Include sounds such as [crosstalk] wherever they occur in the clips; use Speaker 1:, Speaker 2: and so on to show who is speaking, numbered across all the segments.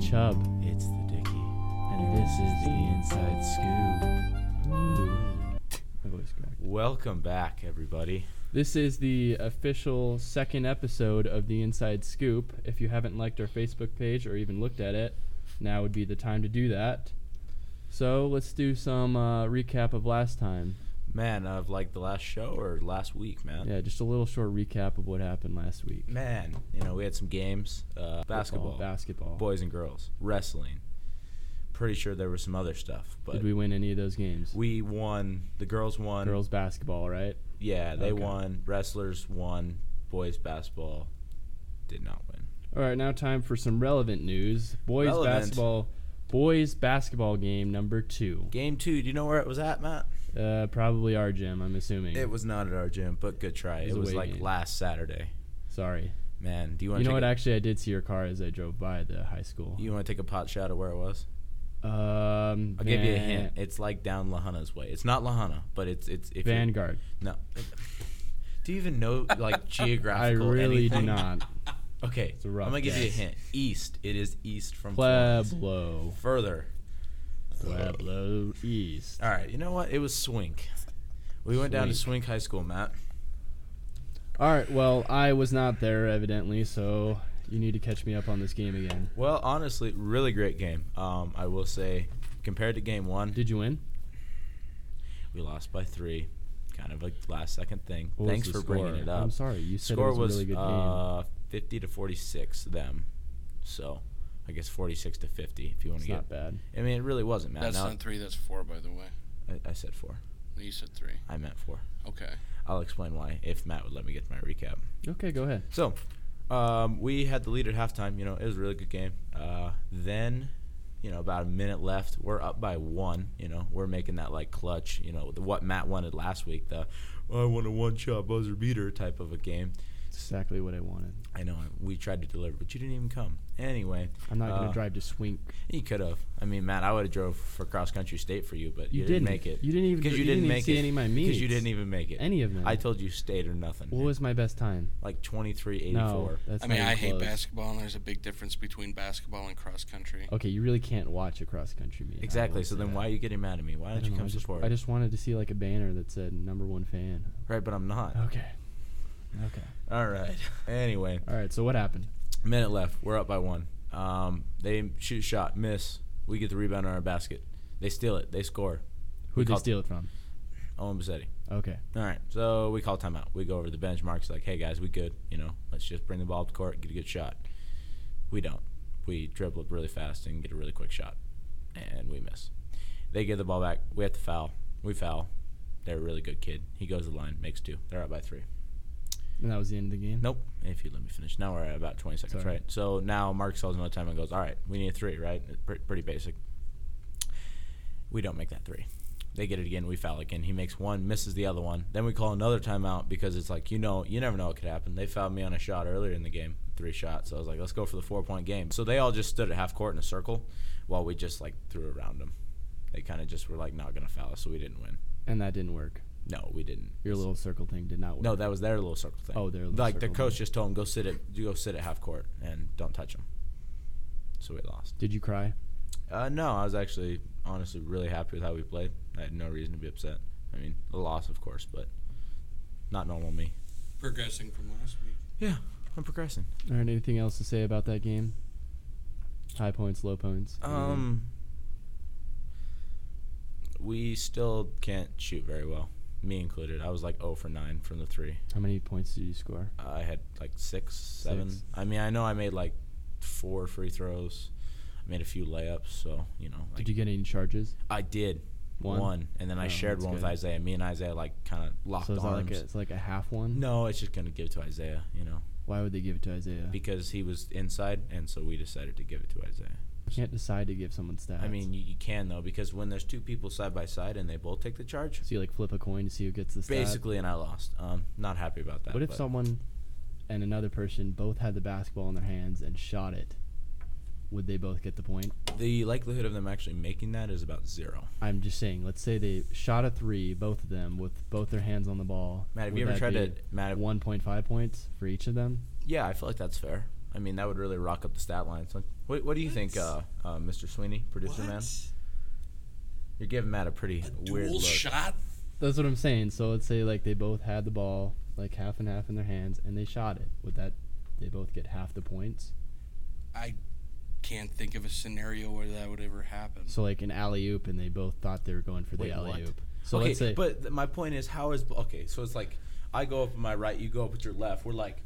Speaker 1: Chubb,
Speaker 2: It's the Dicky,
Speaker 1: and this is the Inside Scoop. My voice cracked.
Speaker 2: Welcome back, everybody.
Speaker 1: This is the official second episode of the Inside Scoop. If you haven't liked our Facebook page or even looked at it, now would be the time to do that. So let's do some uh, recap of last time.
Speaker 2: Man, of like the last show or last week, man.
Speaker 1: Yeah, just a little short recap of what happened last week.
Speaker 2: Man, you know, we had some games uh, basketball,
Speaker 1: Football, basketball.
Speaker 2: boys and girls, wrestling. Pretty sure there was some other stuff, but
Speaker 1: Did we
Speaker 2: we,
Speaker 1: win any of those games?
Speaker 2: won. The girls won.
Speaker 1: Girls basketball, right?
Speaker 2: Yeah, they
Speaker 1: Okay.
Speaker 2: won. Wrestlers won. Boys basketball did not win.
Speaker 1: All right, now time for some relevant news. Boys
Speaker 2: Relevant.
Speaker 1: basketball, boys basketball game number two.
Speaker 2: Game two, do you know where it was at, Matt?
Speaker 1: Uh, probably our gym, I'm assuming.
Speaker 2: It was not at our gym, but good try.
Speaker 1: It
Speaker 2: It
Speaker 1: was
Speaker 2: was,
Speaker 1: a away
Speaker 2: like
Speaker 1: game.
Speaker 2: last Saturday.
Speaker 1: Sorry.
Speaker 2: Man, do you want
Speaker 1: You
Speaker 2: to
Speaker 1: know
Speaker 2: take
Speaker 1: what?
Speaker 2: a-
Speaker 1: Actually, I did see your car as I drove by the high school.
Speaker 2: You want to take a pot shot at where it was?
Speaker 1: Um,
Speaker 2: I'll give you a
Speaker 1: Van-
Speaker 2: hint. It's like down Lahana's way. It's not Lahana, but it's it's if you-
Speaker 1: Vanguard.
Speaker 2: No. Do you even know
Speaker 1: [laughs]
Speaker 2: like
Speaker 1: I
Speaker 2: geographical?
Speaker 1: really do
Speaker 2: anything? [laughs]
Speaker 1: not.
Speaker 2: Okay,
Speaker 1: a rough
Speaker 2: I'm gonna give you a
Speaker 1: guess.
Speaker 2: hint. East. It is east from Florence.
Speaker 1: Pueblo,
Speaker 2: Further.
Speaker 1: Pueblo East.
Speaker 2: All right. You know what? It was Swink. We went down to Swink High School, Matt.
Speaker 1: All right. Well, I was not there evidently, so you need to catch me up on this game again.
Speaker 2: Well, honestly, really great game. Um, I will say, compared to game one,
Speaker 1: Did you win?
Speaker 2: we lost by three. Kind of a last second thing.
Speaker 1: What was
Speaker 2: Thanks
Speaker 1: the
Speaker 2: for
Speaker 1: score?
Speaker 2: bringing it up.
Speaker 1: I'm sorry. You said
Speaker 2: score
Speaker 1: it was,
Speaker 2: was,
Speaker 1: a really good game.
Speaker 2: uh, 50 to 46 them so i guess 46 to 50 if you want
Speaker 1: It's
Speaker 2: to get
Speaker 1: not bad.
Speaker 2: i mean it really wasn't man
Speaker 3: That's
Speaker 2: Now-
Speaker 3: not three. That's four, by the way.
Speaker 2: I, I said four
Speaker 3: No, You said three.
Speaker 2: i meant four
Speaker 3: Okay.
Speaker 2: i'll explain why if matt would let me get to my recap
Speaker 1: Okay, go ahead.
Speaker 2: so um, we had the lead at halftime you know it was a really good game uh, then you know about a minute left we're up by one you know we're making that like clutch you know the, what matt wanted last week the i want a one shot buzzer beater type of a game
Speaker 1: Exactly what I wanted.
Speaker 2: i know we tried to deliver but you didn't even come anyway
Speaker 1: I'm not gonna
Speaker 2: Uh,
Speaker 1: drive to Swink.
Speaker 2: You could have. I mean, Matt, I would have drove for cross country state for you, but you, didn't, make it.
Speaker 1: You didn't even.
Speaker 2: because
Speaker 1: you didn't,
Speaker 2: make
Speaker 1: see
Speaker 2: it.
Speaker 1: any of my meets.
Speaker 2: Because you didn't even make it.
Speaker 1: Any of them.
Speaker 2: I told you state or nothing.
Speaker 1: What was my best time?
Speaker 2: like twenty three eighty
Speaker 1: No,
Speaker 2: four.
Speaker 1: that's
Speaker 3: I mean,
Speaker 1: not even
Speaker 3: I hate
Speaker 1: close.
Speaker 3: basketball, and there's a big difference between basketball and cross country.
Speaker 1: Okay, you really can't watch a cross country meet. I
Speaker 2: Exactly.
Speaker 1: will
Speaker 2: So
Speaker 1: say
Speaker 2: then,
Speaker 1: that.
Speaker 2: why are you getting mad at me? Why
Speaker 1: I
Speaker 2: don't
Speaker 1: don't
Speaker 2: you
Speaker 1: know,
Speaker 2: come
Speaker 1: I just,
Speaker 2: support?
Speaker 1: I just wanted to see like a banner that said number one fan.
Speaker 2: right, but
Speaker 1: [laughs]
Speaker 2: I'm not.
Speaker 1: Okay. Okay.
Speaker 2: All right. Anyway,
Speaker 1: All right. So what happened?
Speaker 2: minute left. We're up by one. Um, they shoot a shot, miss. We get the rebound on our basket. They steal it. They score.
Speaker 1: Who
Speaker 2: We
Speaker 1: did they
Speaker 2: called-
Speaker 1: steal it from?
Speaker 2: Owen Bassetti.
Speaker 1: Okay.
Speaker 2: All right, so we call timeout. We go over to the bench. Mark's like, "Hey guys, we good. You know, let's just bring the ball up the court, get a good shot." We don't. We dribble it really fast and get a really quick shot, and we miss. They get the ball back. We have to foul. We foul. They're a really good kid. He goes to the line, makes two. They're up by three.
Speaker 1: And that was the end of the game.
Speaker 2: Nope. If you let me finish. Now we're at about 20 seconds,
Speaker 1: Sorry.
Speaker 2: right? So now Mark sells another time and goes, all right, we need a three, right? It's pre- pretty basic. We don't make that three. They get it again. We foul again. He makes one, misses the other one. Then we call another timeout because it's like, you know, you never know what could happen. They fouled me on a shot earlier in the game, three shots. So I was like, let's go for the four point game. So they all just stood at half court in a circle while we just like threw around them. They kind of just were like not going to foul us, so we didn't win.
Speaker 1: And that didn't work.
Speaker 2: No, we didn't.
Speaker 1: Your little circle thing did not work.
Speaker 2: No, that was their little circle thing.
Speaker 1: Oh, their little
Speaker 2: like the
Speaker 1: circle
Speaker 2: coach
Speaker 1: thing.
Speaker 2: just told him go sit at you go sit at half court and don't touch him. So we lost.
Speaker 1: Did you cry?
Speaker 2: Uh, no, I was actually honestly really happy with how we played. I had no reason to be upset. I mean, the loss, of course, but not normal me.
Speaker 3: Progressing from last week.
Speaker 2: Yeah, I'm progressing.
Speaker 1: All right. Anything else to say about that game? High points, low points. anything?
Speaker 2: Um, we still can't shoot very well, me included. I was like 0 for 9 from the three.
Speaker 1: How many points did you score?
Speaker 2: I had like six, seven.
Speaker 1: Six.
Speaker 2: I mean, I know I made like four free throws. I made a few layups, so you know. Like,
Speaker 1: Did you get any charges?
Speaker 2: I did
Speaker 1: One?
Speaker 2: one, and then I
Speaker 1: Oh,
Speaker 2: shared
Speaker 1: that's
Speaker 2: one with
Speaker 1: good.
Speaker 2: Isaiah. Me and Isaiah like kind of locked
Speaker 1: So is that
Speaker 2: arms.
Speaker 1: like a, it's like a half one?
Speaker 2: no, it's just gonna give it to Isaiah, you know,
Speaker 1: Why would they give it to Isaiah?
Speaker 2: because he was inside, and so we decided to give it to Isaiah.
Speaker 1: You can't decide to give someone stats.
Speaker 2: I mean, you, you can though, because when there's two people side by side and they both take the charge,
Speaker 1: so you like flip a coin to see who gets the stat.
Speaker 2: basically, and I lost. Um, not happy about that.
Speaker 1: what if
Speaker 2: but-
Speaker 1: someone and another person both had the basketball in their hands and shot it? Would they both get the point?
Speaker 2: the likelihood of them actually making that is about zero?
Speaker 1: I'm just saying. Let's say they shot a three, both of them, with both their hands on the ball.
Speaker 2: Matt, have
Speaker 1: Would
Speaker 2: you ever
Speaker 1: that
Speaker 2: tried
Speaker 1: be
Speaker 2: to? Matt, have-
Speaker 1: 1.5 points for each of them?
Speaker 2: yeah, I feel like that's fair. I mean, that would really rock up the stat line. So, what, what do you think, uh,
Speaker 4: What?
Speaker 2: uh, Mr. Sweeney, producer man? You're giving Matt a pretty weird
Speaker 3: Dual
Speaker 2: look.
Speaker 3: shot.
Speaker 1: That's what I'm saying. So let's say like they both had the ball like half and half in their hands and they shot it. Would that they both get half the points?
Speaker 3: I can't think of a scenario where that would ever happen.
Speaker 1: So like an alley oop and they both thought they were going for the
Speaker 2: Wait, what?
Speaker 1: alley oop. So
Speaker 2: okay,
Speaker 1: let's say
Speaker 2: but th- my point is, how is okay? So it's like I go up with my right, you go up with your left. We're like,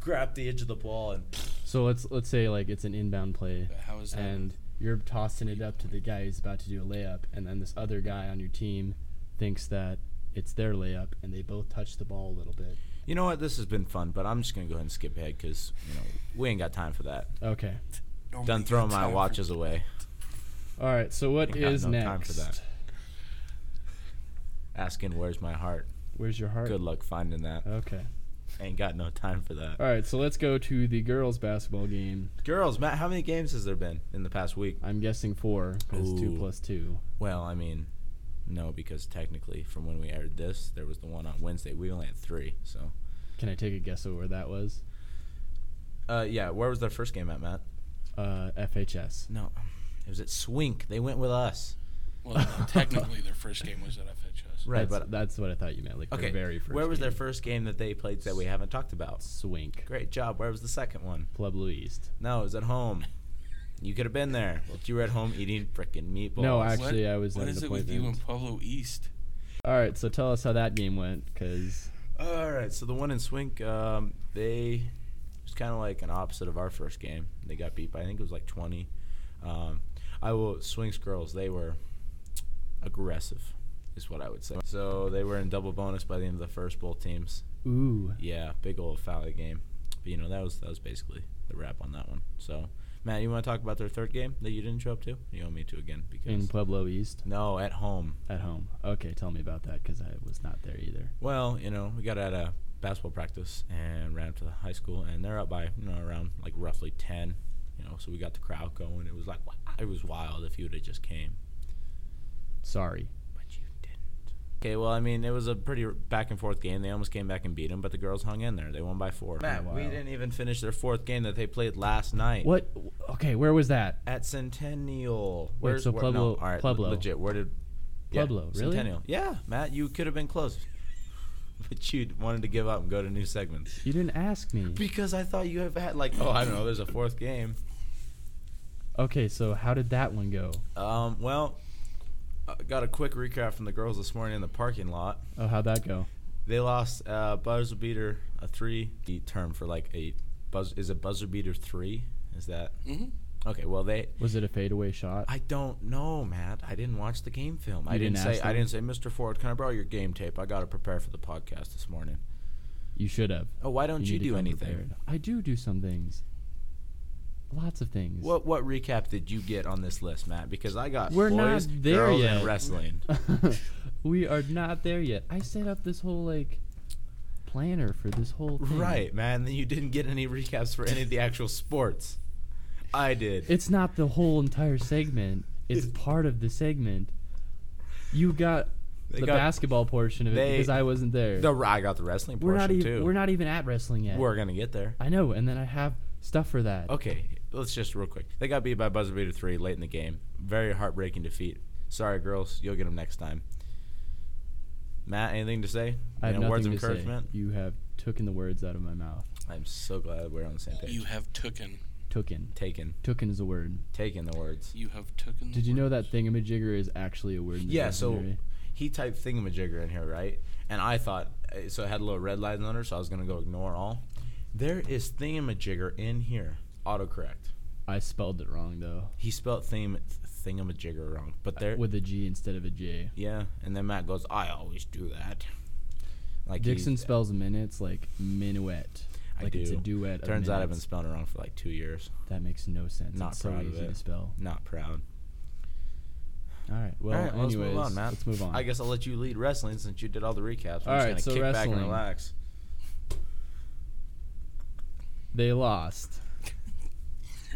Speaker 2: grab the edge of the ball and
Speaker 1: so let's let's say like it's an inbound play
Speaker 3: But How is that?
Speaker 1: and you're tossing it up to the guy who's about to do a layup and then this other guy on your team thinks that it's their layup and they both touch the ball a little bit.
Speaker 2: You know what? This has been fun, but I'm just gonna go ahead and skip ahead because you know we ain't got time for that.
Speaker 1: Okay.
Speaker 3: Nobody
Speaker 2: Done
Speaker 3: got
Speaker 2: throwing my
Speaker 3: time for-
Speaker 2: watches away.
Speaker 1: All right. So what
Speaker 2: Ain't got
Speaker 1: is
Speaker 2: no
Speaker 1: next?
Speaker 2: time for that. Asking where's my heart.
Speaker 1: Where's your heart?
Speaker 2: Good luck finding that.
Speaker 1: Okay.
Speaker 2: Ain't got no time for that.
Speaker 1: All right. So let's go to the girls' basketball game.
Speaker 2: Girls, Matt, how many games has there been in the past week?
Speaker 1: I'm guessing four because two
Speaker 2: Ooh.
Speaker 1: plus two.
Speaker 2: Well, I mean, no, because technically from when we aired this, there was the one on Wednesday. We only had three, so.
Speaker 1: Can I take a guess at where that was?
Speaker 2: Uh, yeah, where was their first game at, Matt?
Speaker 1: Uh, FHS.
Speaker 2: No, um, it was at Swink. They went with us.
Speaker 3: Well, technically, their first game was at FHS.
Speaker 2: Right,
Speaker 1: that's,
Speaker 2: but
Speaker 1: that's what I thought you meant. Like
Speaker 2: okay.
Speaker 1: the very first.
Speaker 2: where was their
Speaker 1: game.
Speaker 2: first game that they played that we haven't talked about?
Speaker 1: Swink.
Speaker 2: Great job. Where was the second one?
Speaker 1: Pueblo East.
Speaker 2: No, it was at home. You could have been there, but you were at home eating frickin' meatballs.
Speaker 1: No, actually, I was
Speaker 3: What
Speaker 1: in
Speaker 3: is
Speaker 1: the
Speaker 3: it with you
Speaker 1: appointment.
Speaker 3: and Pueblo East?
Speaker 1: All right, so tell us how that game went, because
Speaker 2: All right, so the one in Swink, um, they it was kind of like an opposite of our first game. They got beat by I think it was like twenty. Um, I will Swink's girls. They were aggressive, is what I would say. So they were in double bonus by the end of the first both teams.
Speaker 1: ooh,
Speaker 2: Yeah, big old foul game. But you know that was that was basically the wrap on that one. So Matt, you want to talk about their third game that you didn't show up to? You owe me to again
Speaker 1: in
Speaker 2: because
Speaker 1: Pueblo East
Speaker 2: no, at home.
Speaker 1: at home. Okay, tell me about that, because I was not there either.
Speaker 2: Well, you know, we got out of basketball practice and ran up to the high school, and they're up by you know around like roughly ten. You know, so we got the crowd going. It was like wow, it was wild if you would have just came,
Speaker 1: Sorry.
Speaker 2: but you didn't. Okay, well, I mean, it was a pretty r- back and forth game. They almost came back and beat them, but the girls hung in there. They won by four.
Speaker 1: Matt,
Speaker 2: we
Speaker 1: Wow.
Speaker 2: didn't even finish their fourth game that they played last night.
Speaker 1: What? Okay, where was that?
Speaker 2: at Centennial?
Speaker 1: so
Speaker 2: where-
Speaker 1: Pueblo-
Speaker 2: all right,
Speaker 1: Pueblo.
Speaker 2: legit. Where did yeah,
Speaker 1: Pueblo, really?
Speaker 2: Centennial. Yeah, Matt, you could have been close, [laughs] but you wanted to give up and go to new segments.
Speaker 1: You didn't ask me.
Speaker 2: Because I thought you have had like oh I don't know there's a fourth game.
Speaker 1: Okay, so how did that one go?
Speaker 2: Um, well, I got a quick recap from the girls this morning in the parking lot.
Speaker 1: Oh, how'd that go?
Speaker 2: They lost uh, buzzer beater a three the term for like a buzz is a buzzer beater three is that
Speaker 3: Mm-hmm.
Speaker 2: okay? Well they
Speaker 1: Was it a fadeaway shot?
Speaker 2: I don't know Matt I didn't watch the game film I
Speaker 1: You
Speaker 2: didn't,
Speaker 1: didn't
Speaker 2: say
Speaker 1: ask
Speaker 2: I
Speaker 1: them?
Speaker 2: didn't say Mr. Ford can I borrow your game tape I got to prepare for the podcast this morning.
Speaker 1: You should have.
Speaker 2: Oh why don't you,
Speaker 1: need to
Speaker 2: do
Speaker 1: come
Speaker 2: anything?
Speaker 1: prepared. I do do some things. Lots of things.
Speaker 2: What what recap did you get on this list Matt? Because I got
Speaker 1: We're not
Speaker 2: boys,
Speaker 1: there
Speaker 2: girls,
Speaker 1: yet.
Speaker 2: and wrestling.
Speaker 1: [laughs] we are not there yet. I set up this whole like planner for this whole thing.
Speaker 2: Right, man. Then you didn't get any recaps for any of the actual sports. I did.
Speaker 1: It's not the whole entire segment. It's part of the segment. You got
Speaker 2: They
Speaker 1: the
Speaker 2: got-
Speaker 1: basketball portion of it
Speaker 2: they-
Speaker 1: because I wasn't there.
Speaker 2: the I got the wrestling
Speaker 1: we're
Speaker 2: portion
Speaker 1: not even
Speaker 2: too.
Speaker 1: we're not even at wrestling yet.
Speaker 2: We're gonna get there.
Speaker 1: I know, and then I have stuff for that.
Speaker 2: Okay, let's just real quick. They got beat by buzzer beater three late in the game. Very heartbreaking defeat. Sorry, girls. You'll get them next time. Matt, anything to say?
Speaker 1: I have
Speaker 2: Any
Speaker 1: nothing
Speaker 2: words of
Speaker 1: to
Speaker 2: encouragement.
Speaker 1: say. You have taken the words out of my mouth.
Speaker 2: I'm so glad we're on the same page.
Speaker 3: You have tooken.
Speaker 1: Taken.
Speaker 2: taken,
Speaker 1: Taken is a word.
Speaker 2: taken the words.
Speaker 3: You have tooken. the
Speaker 1: Did you know
Speaker 3: words.
Speaker 1: that thingamajigger is actually a word? In the
Speaker 2: Yeah, so
Speaker 1: dictionary?
Speaker 2: he typed thingamajigger in here, right? And I thought, uh, so it had a little red line under, so I was going to go ignore all. There is thingamajigger in here. Autocorrect.
Speaker 1: I spelled it wrong though,
Speaker 2: He spelled thing, thingamajigger wrong. But there,
Speaker 1: with a G instead of a J.
Speaker 2: yeah. And then Matt goes, I always do that. Like he-
Speaker 1: Dixon spells minutes like minuet.
Speaker 2: I
Speaker 1: Like it's a
Speaker 2: do.
Speaker 1: duet. of
Speaker 2: Turns out I've been
Speaker 1: minutes.
Speaker 2: spelling it wrong for like two years.
Speaker 1: That makes no sense.
Speaker 2: Not
Speaker 1: it's so
Speaker 2: proud of
Speaker 1: easy
Speaker 2: it.
Speaker 1: to spell.
Speaker 2: Not proud.
Speaker 1: All right. Well,
Speaker 2: all right, well,
Speaker 1: anyways,
Speaker 2: let's move on, Matt.
Speaker 1: Let's move on.
Speaker 2: I guess I'll let you lead wrestling since you did all the recaps. We're
Speaker 1: All
Speaker 2: just
Speaker 1: right,
Speaker 2: gonna
Speaker 1: so
Speaker 2: kick back and
Speaker 1: wrestling. [laughs]
Speaker 2: relax.
Speaker 1: they lost.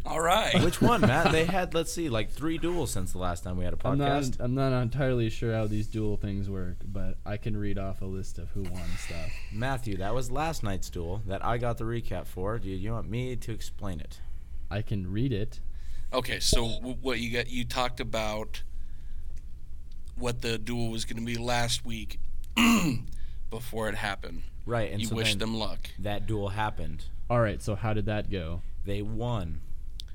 Speaker 3: All right.
Speaker 2: Which one, Matt? They had let's see, like three duels since the last time we had a
Speaker 1: I'm not.
Speaker 2: podcast.
Speaker 1: I'm not entirely sure how these dual things work, but I can read off a list of who won stuff.
Speaker 2: Matthew, that was last night's duel that I got the recap for. Do you want me to explain it?
Speaker 1: I can read it.
Speaker 3: Okay, so w- what you got? You talked about what the duel was going to be last week [clears throat] before it happened.
Speaker 2: Right, and
Speaker 3: you
Speaker 2: so
Speaker 3: wish
Speaker 2: then
Speaker 3: them luck.
Speaker 2: that duel happened.
Speaker 1: All right. So how did that go?
Speaker 2: They won.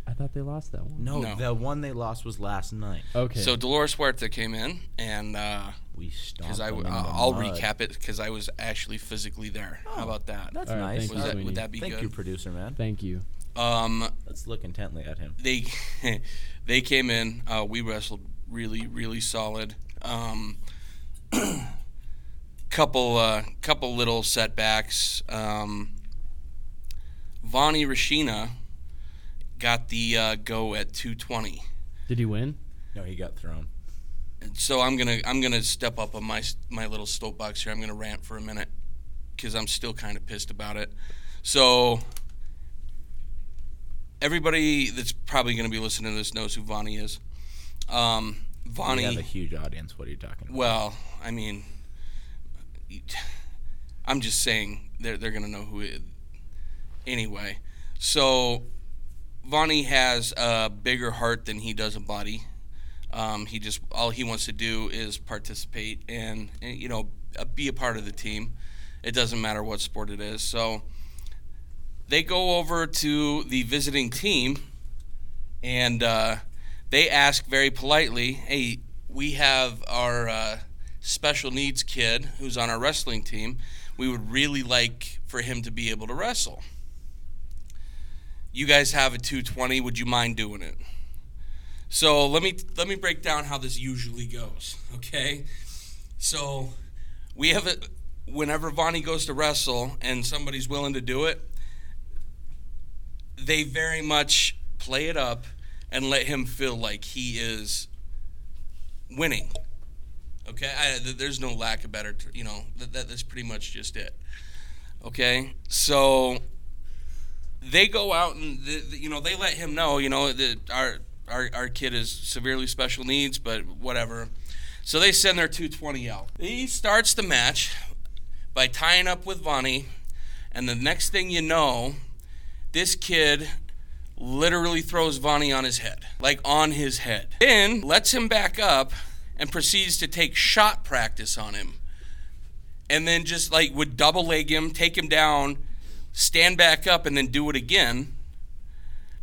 Speaker 1: I thought they lost that one.
Speaker 2: No,
Speaker 3: No.
Speaker 2: the one they lost was last night.
Speaker 1: Okay.
Speaker 3: So Dolores Huerta came in, and because
Speaker 2: We stomped.
Speaker 3: I,
Speaker 2: them
Speaker 3: w- uh,
Speaker 2: in the
Speaker 3: I'll
Speaker 2: mud. Oh,
Speaker 3: recap it because I was actually physically there. How about that?
Speaker 2: That's
Speaker 1: All right,
Speaker 2: nice.
Speaker 1: thank
Speaker 3: Was
Speaker 1: you,
Speaker 3: that
Speaker 1: Sweeney.
Speaker 3: would that be
Speaker 2: Thank you,
Speaker 3: good?
Speaker 2: producer man.
Speaker 1: Thank you.
Speaker 3: Um,
Speaker 2: Let's look intently at him.
Speaker 3: they [laughs] they came in. Uh, we wrestled really, really solid. Um, [clears throat] couple uh, couple little setbacks. Um, Vonnie Rashina got the uh, go at 220.
Speaker 1: Did he win?
Speaker 2: No, he got thrown.
Speaker 3: And so I'm gonna I'm gonna step up on my s- my little soapbox here. I'm gonna rant for a minute because I'm still kind of pissed about it. So everybody that's probably gonna be listening to this knows who Vonnie is. Um,
Speaker 2: We have a
Speaker 3: Vonnie.
Speaker 2: huge audience. What are you talking about?
Speaker 3: Well, I mean, I'm just saying they're they're gonna know who it. Anyway, so Vonnie has a bigger heart than he does a body. Um, he just all he wants to do is participate and, and you know uh, be a part of the team. It doesn't matter what sport it is. So they go over to the visiting team, and uh, they ask very politely, "Hey, we have our uh, special needs kid who's on our wrestling team. We would really like for him to be able to wrestle. You guys have a 220. Would you mind doing it?" So let me let me break down how this usually goes. Okay, so we have a whenever Vonnie goes to wrestle and somebody's willing to do it, they very much play it up and let him feel like he is winning. Okay, I, th- there's no lack of better, t- you know, that, that that's pretty much just it. Okay, so they go out and the, the- you know they let him know you know that our, our our kid is severely special needs but whatever so they send their 220 out he starts the match by tying up with vonnie and the next thing you know this kid literally throws vonnie on his head like on his head then lets him back up and proceeds to take shot practice on him and then just like would double leg him, take him down, stand back up, and then do it again.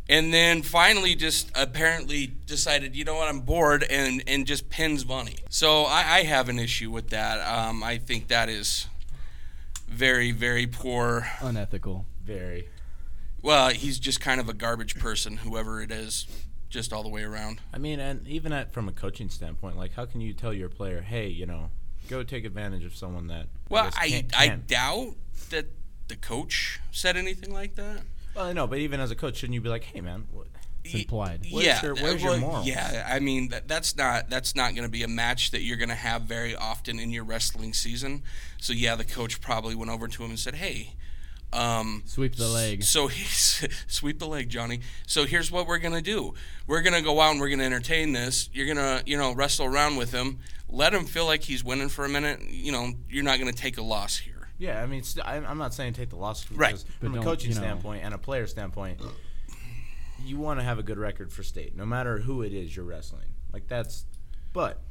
Speaker 3: And then finally, just apparently decided, you know what, I'm bored, and and just pins Bunny. So I, I have an issue with that. Um, I think that is very very poor.
Speaker 1: Unethical.
Speaker 2: Very.
Speaker 3: Well, he's just kind of a garbage person, whoever it is, just all the way around.
Speaker 2: I mean, and even at from a coaching standpoint, like how can you tell your player, hey, you know, go take advantage of someone that
Speaker 3: Well,
Speaker 2: just
Speaker 3: I
Speaker 2: can't-
Speaker 3: I
Speaker 2: can't."
Speaker 3: doubt that the coach said anything like that.
Speaker 2: well, I know, but even as a coach, shouldn't you be like, hey, man, what,
Speaker 1: It's implied.
Speaker 2: Where's
Speaker 3: yeah,
Speaker 2: your-
Speaker 3: uh,
Speaker 2: where's your
Speaker 3: well,
Speaker 2: morals?
Speaker 3: Yeah, I mean that, that's not that's not going to be a match that you're going to have very often in your wrestling season. So yeah, the coach probably went over to him and said, "Hey, um,
Speaker 1: Sweep the leg.
Speaker 3: so he's [laughs] sweep the leg, Johnny. So here's what we're gonna do. We're gonna go out and we're gonna entertain this. You're gonna, you know, wrestle around with him. Let him feel like he's winning for a minute. You know, you're not gonna take a loss here.
Speaker 2: Yeah, I mean, st- I'm I'm not saying take the loss because
Speaker 3: Right.
Speaker 1: But
Speaker 2: from a
Speaker 1: don't,
Speaker 2: coaching
Speaker 1: you know-
Speaker 2: standpoint and a player standpoint, you want to have a good record for state, no matter who it is you're wrestling. Like that's, but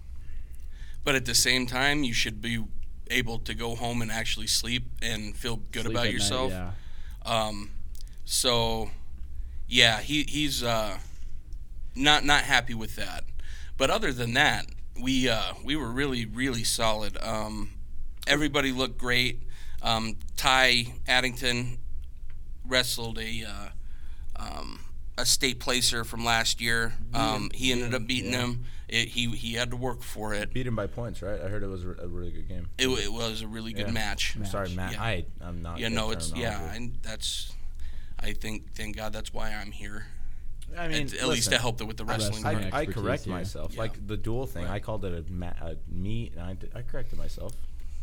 Speaker 3: But at the same time, you should be able to go home and actually sleep and feel good
Speaker 1: Sleep at
Speaker 3: about
Speaker 1: night,
Speaker 3: yourself.
Speaker 1: yeah.
Speaker 3: Um, so, yeah, he he's uh, not not happy with that. But other than that, we uh, we were really really solid. Um, everybody looked great. Um, Ty Addington wrestled a uh, um, a state placer from last year.
Speaker 2: Mm-hmm.
Speaker 3: Um, he ended up beating him. It, he he had to work for it.
Speaker 2: beat him by points, right? I heard it was a a really good game.
Speaker 3: It, wa- it was a really good
Speaker 2: Yeah.
Speaker 3: match.
Speaker 2: I'm sorry, Matt.
Speaker 3: Yeah.
Speaker 2: I I'm not.
Speaker 3: You
Speaker 2: good
Speaker 3: know,
Speaker 2: at
Speaker 3: it's yeah,
Speaker 2: terminology.
Speaker 3: and that's. I think thank God that's why I'm here.
Speaker 2: I mean,
Speaker 3: at, at least to
Speaker 2: listen,
Speaker 3: help it with the wrestling.
Speaker 1: Wrestling.
Speaker 3: part.
Speaker 2: I, I
Speaker 1: expertise
Speaker 2: correct
Speaker 1: here.
Speaker 2: myself.
Speaker 3: Yeah.
Speaker 2: Like the dual thing, I called it a, ma- a me. I, d- I corrected myself.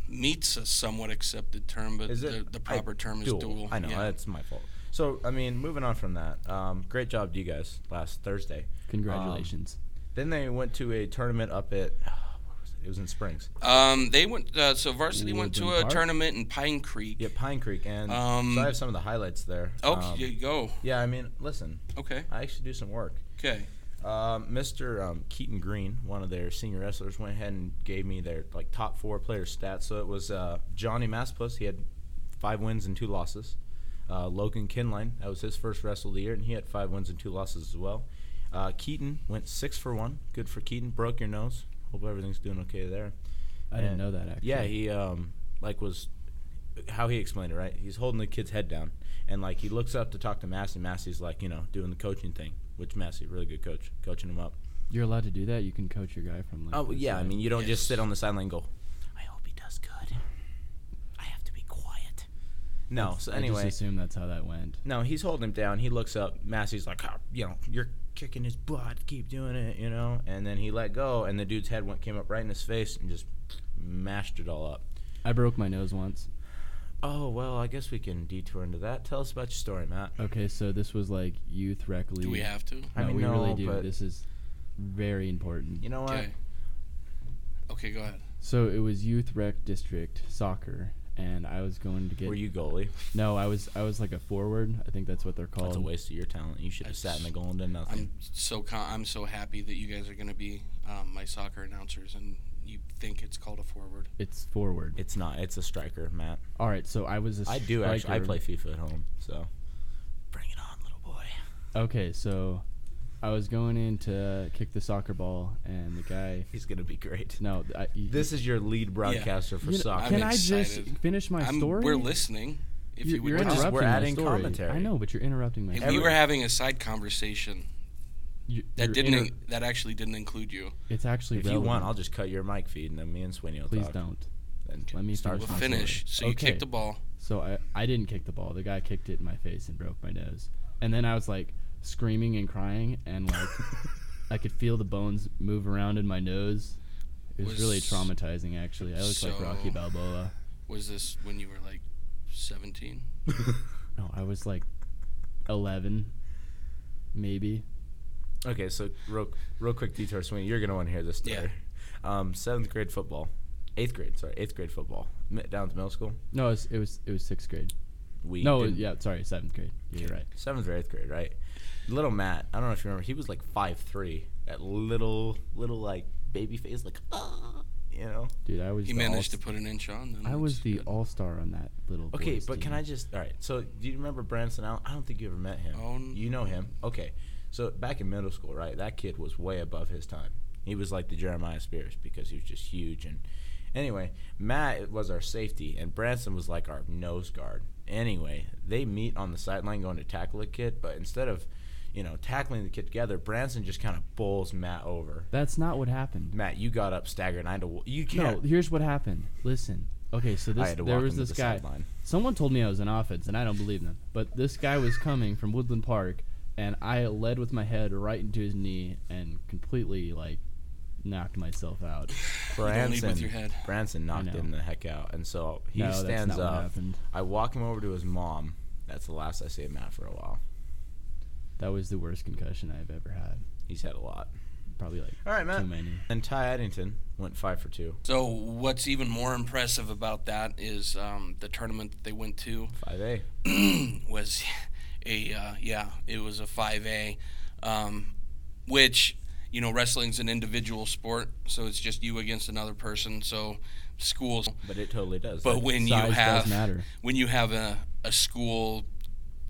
Speaker 3: Meets a somewhat accepted term, but
Speaker 2: Is
Speaker 3: the,
Speaker 2: it
Speaker 3: the proper
Speaker 2: I-
Speaker 3: term is
Speaker 2: dual?
Speaker 3: dual.
Speaker 2: I know
Speaker 3: yeah.
Speaker 2: that's my fault. So I mean, moving on from that, um, great job to you guys last Thursday.
Speaker 1: Congratulations.
Speaker 2: Then they went to a tournament up at [sighs] where was it? It was in Springs.
Speaker 3: Um, they went. Uh, so varsity went to
Speaker 1: Woodland
Speaker 3: a
Speaker 1: Park?
Speaker 3: tournament in Pine Creek.
Speaker 2: Yeah, Pine Creek, and
Speaker 3: Um,
Speaker 2: so I have some of the highlights there.
Speaker 3: Oh,
Speaker 2: Um,
Speaker 3: you go.
Speaker 2: yeah. I mean, listen,
Speaker 3: Okay.
Speaker 2: I actually do some work.
Speaker 3: Okay.
Speaker 2: Um, Mr. Um, Keaton Green, one of their senior wrestlers, went ahead and gave me their like top four player stats. So it was uh, Johnny Masplus. He had five wins and two losses. Uh, Logan Kinline, that was his first wrestle of the year, and he had five wins and two losses as well. Uh, Keaton went six for one. Good for Keaton. Broke your nose. Hope everything's doing okay there.
Speaker 1: I didn't
Speaker 2: Um, and-
Speaker 1: know that actually.
Speaker 2: Yeah, he um like was how he explained it, right? He's holding the kid's head down and like he looks up to talk to Massey. Massey's like, you know, doing the coaching thing, which Massey, really good coach, coaching him up.
Speaker 1: You're allowed to do that. You can coach your guy from like.
Speaker 2: Oh
Speaker 1: the
Speaker 2: yeah, I
Speaker 1: side.
Speaker 2: mean you don't just
Speaker 3: Yes.
Speaker 2: sit on the sideline and go, I hope he does good. I have to be quiet. No, so
Speaker 1: I
Speaker 2: anyway,
Speaker 1: just assume that's how that went.
Speaker 2: no, he's holding him down. He looks up. Massey's like, "Ah, you know, you're kicking his butt. Keep doing it, you know. And then he let go, and the dude's head went came up right in his face and just mashed it all up.
Speaker 1: I broke my nose once.
Speaker 2: Oh well, I guess we can detour into that. Tell us about your story, Matt.
Speaker 1: Okay, so this was like youth rec league.
Speaker 3: Do we have to?
Speaker 2: I
Speaker 1: No,
Speaker 2: mean,
Speaker 1: we
Speaker 2: no,
Speaker 1: really do.
Speaker 2: but-
Speaker 1: This is very important.
Speaker 2: You know what?
Speaker 3: Okay. Okay, go ahead.
Speaker 1: So it was youth rec district soccer, and I was going to get.
Speaker 2: Were you goalie?
Speaker 1: No, I was. I was like a forward. I think that's what they're called.
Speaker 2: That's a waste of your talent. You should have sat in the goal and done nothing.
Speaker 3: I'm so con- I'm so happy that you guys are going to be um, my soccer announcers, and you think it's called a forward.
Speaker 1: It's forward.
Speaker 2: it's not. It's a striker, Matt.
Speaker 1: All right, so I was a
Speaker 2: I do actually. I
Speaker 1: striker.
Speaker 2: play FIFA at home, so bring it on, little boy.
Speaker 1: Okay, so I was going in to kick the soccer ball, and the guy.
Speaker 2: He's gonna be great.
Speaker 1: No, I, you-
Speaker 2: [laughs] This is your lead broadcaster for
Speaker 1: you know,
Speaker 2: soccer.
Speaker 1: Can
Speaker 3: I'm
Speaker 1: I just
Speaker 3: excited.
Speaker 1: finish my
Speaker 3: I'm,
Speaker 1: story?
Speaker 3: We're listening. If you,
Speaker 1: You're,
Speaker 3: would
Speaker 1: you're
Speaker 3: just-
Speaker 1: interrupting
Speaker 2: we're
Speaker 1: my
Speaker 2: adding
Speaker 1: story.
Speaker 2: commentary.
Speaker 1: I know, but you're interrupting my.
Speaker 3: if
Speaker 1: story.
Speaker 3: we were having a side conversation
Speaker 1: You-
Speaker 3: that
Speaker 1: you're
Speaker 3: didn't
Speaker 1: inter-
Speaker 3: in- that actually didn't include you,
Speaker 1: it's actually.
Speaker 2: if you
Speaker 1: relevant.
Speaker 2: want, I'll just cut your mic feed, and then me and Sweeney will
Speaker 1: Please
Speaker 2: talk.
Speaker 1: don't.
Speaker 2: Then
Speaker 1: Let me finish
Speaker 2: start
Speaker 3: we'll
Speaker 1: my
Speaker 2: my story.
Speaker 3: finish. So you
Speaker 1: Okay.
Speaker 3: kicked the ball.
Speaker 1: So I, I didn't kick the ball. The guy kicked it in my face and broke my nose. And then I was like screaming and crying and
Speaker 2: [laughs]
Speaker 1: like I could feel the bones move around in my nose. It was, really
Speaker 3: Was-
Speaker 1: traumatizing actually. I looked like Rocky
Speaker 3: so-
Speaker 1: Balboa.
Speaker 3: Was this when you were like 17?
Speaker 1: No, I was like 11 maybe.
Speaker 2: Okay, so real, real quick detour, Sweeney. You're gonna want to hear this story.
Speaker 3: Yeah.
Speaker 2: Um, seventh grade football, eighth grade. Sorry, eighth grade football. Mi- Down at the middle school.
Speaker 1: No, it was it was, it was 6th grade.
Speaker 2: We
Speaker 1: No,
Speaker 2: didn't-
Speaker 1: yeah, sorry, 7th grade. You're right.
Speaker 2: Seventh or eighth grade, right? Little Matt. I don't know if you remember. He was like five three. That little little like baby face, like ah, you know.
Speaker 1: Dude, I was
Speaker 3: He
Speaker 1: the
Speaker 3: managed to
Speaker 1: all-
Speaker 3: put an inch on. Then
Speaker 1: I
Speaker 3: that's
Speaker 1: was the
Speaker 3: good.
Speaker 1: all-star on that little
Speaker 2: Okay,
Speaker 1: boys
Speaker 2: but can
Speaker 1: team.
Speaker 2: I just? All right. So, do you remember Branson Allen? I don't think you ever met him.
Speaker 3: Oh, n-
Speaker 2: you know him. Okay. So back in middle school, right? That kid was way above his time. He was like the Jeremiah Spears because he was just huge. And anyway, Matt was our safety, and Branson was like our nose guard. Anyway, they meet on the sideline going to tackle a kid, but instead of, you know, tackling the kid together, Branson just kind of bowls Matt over.
Speaker 1: That's not what happened.
Speaker 2: Matt, you got up staggered. and I had to. wa- You
Speaker 1: No,
Speaker 2: can't.
Speaker 1: here's what happened. Listen. Okay, so
Speaker 2: I
Speaker 1: this
Speaker 2: had to
Speaker 1: there
Speaker 2: walk
Speaker 1: was
Speaker 2: into
Speaker 1: this
Speaker 2: the
Speaker 1: guy.
Speaker 2: sideline.
Speaker 1: Someone told me I was an offense, and I don't believe them. But this guy was coming from Woodland Park, and I led with my head right into his knee and completely like knocked myself out.
Speaker 2: Branson,
Speaker 3: don't lead with your head.
Speaker 2: Branson knocked
Speaker 1: know.
Speaker 2: him the heck out, and so he
Speaker 1: No, that's
Speaker 2: stands
Speaker 1: not what
Speaker 2: up.
Speaker 1: happened.
Speaker 2: I walk him over to his mom. That's the last I see of Matt for a while.
Speaker 1: That was the worst concussion I've ever had.
Speaker 2: He's had a lot.
Speaker 1: Probably like
Speaker 2: All right, Matt.
Speaker 1: too many.
Speaker 2: And Ty Eddington went five for two,
Speaker 3: So what's even more impressive about that is um, the tournament that they went to
Speaker 2: five A.
Speaker 3: was [laughs] a uh, yeah, it was a 5A, um, which you know wrestling's an individual sport, so it's just you against another person. So schools,
Speaker 2: But it totally does.
Speaker 3: but
Speaker 2: Like,
Speaker 3: when you
Speaker 1: size does
Speaker 3: have
Speaker 1: matter.
Speaker 3: when you have a, a school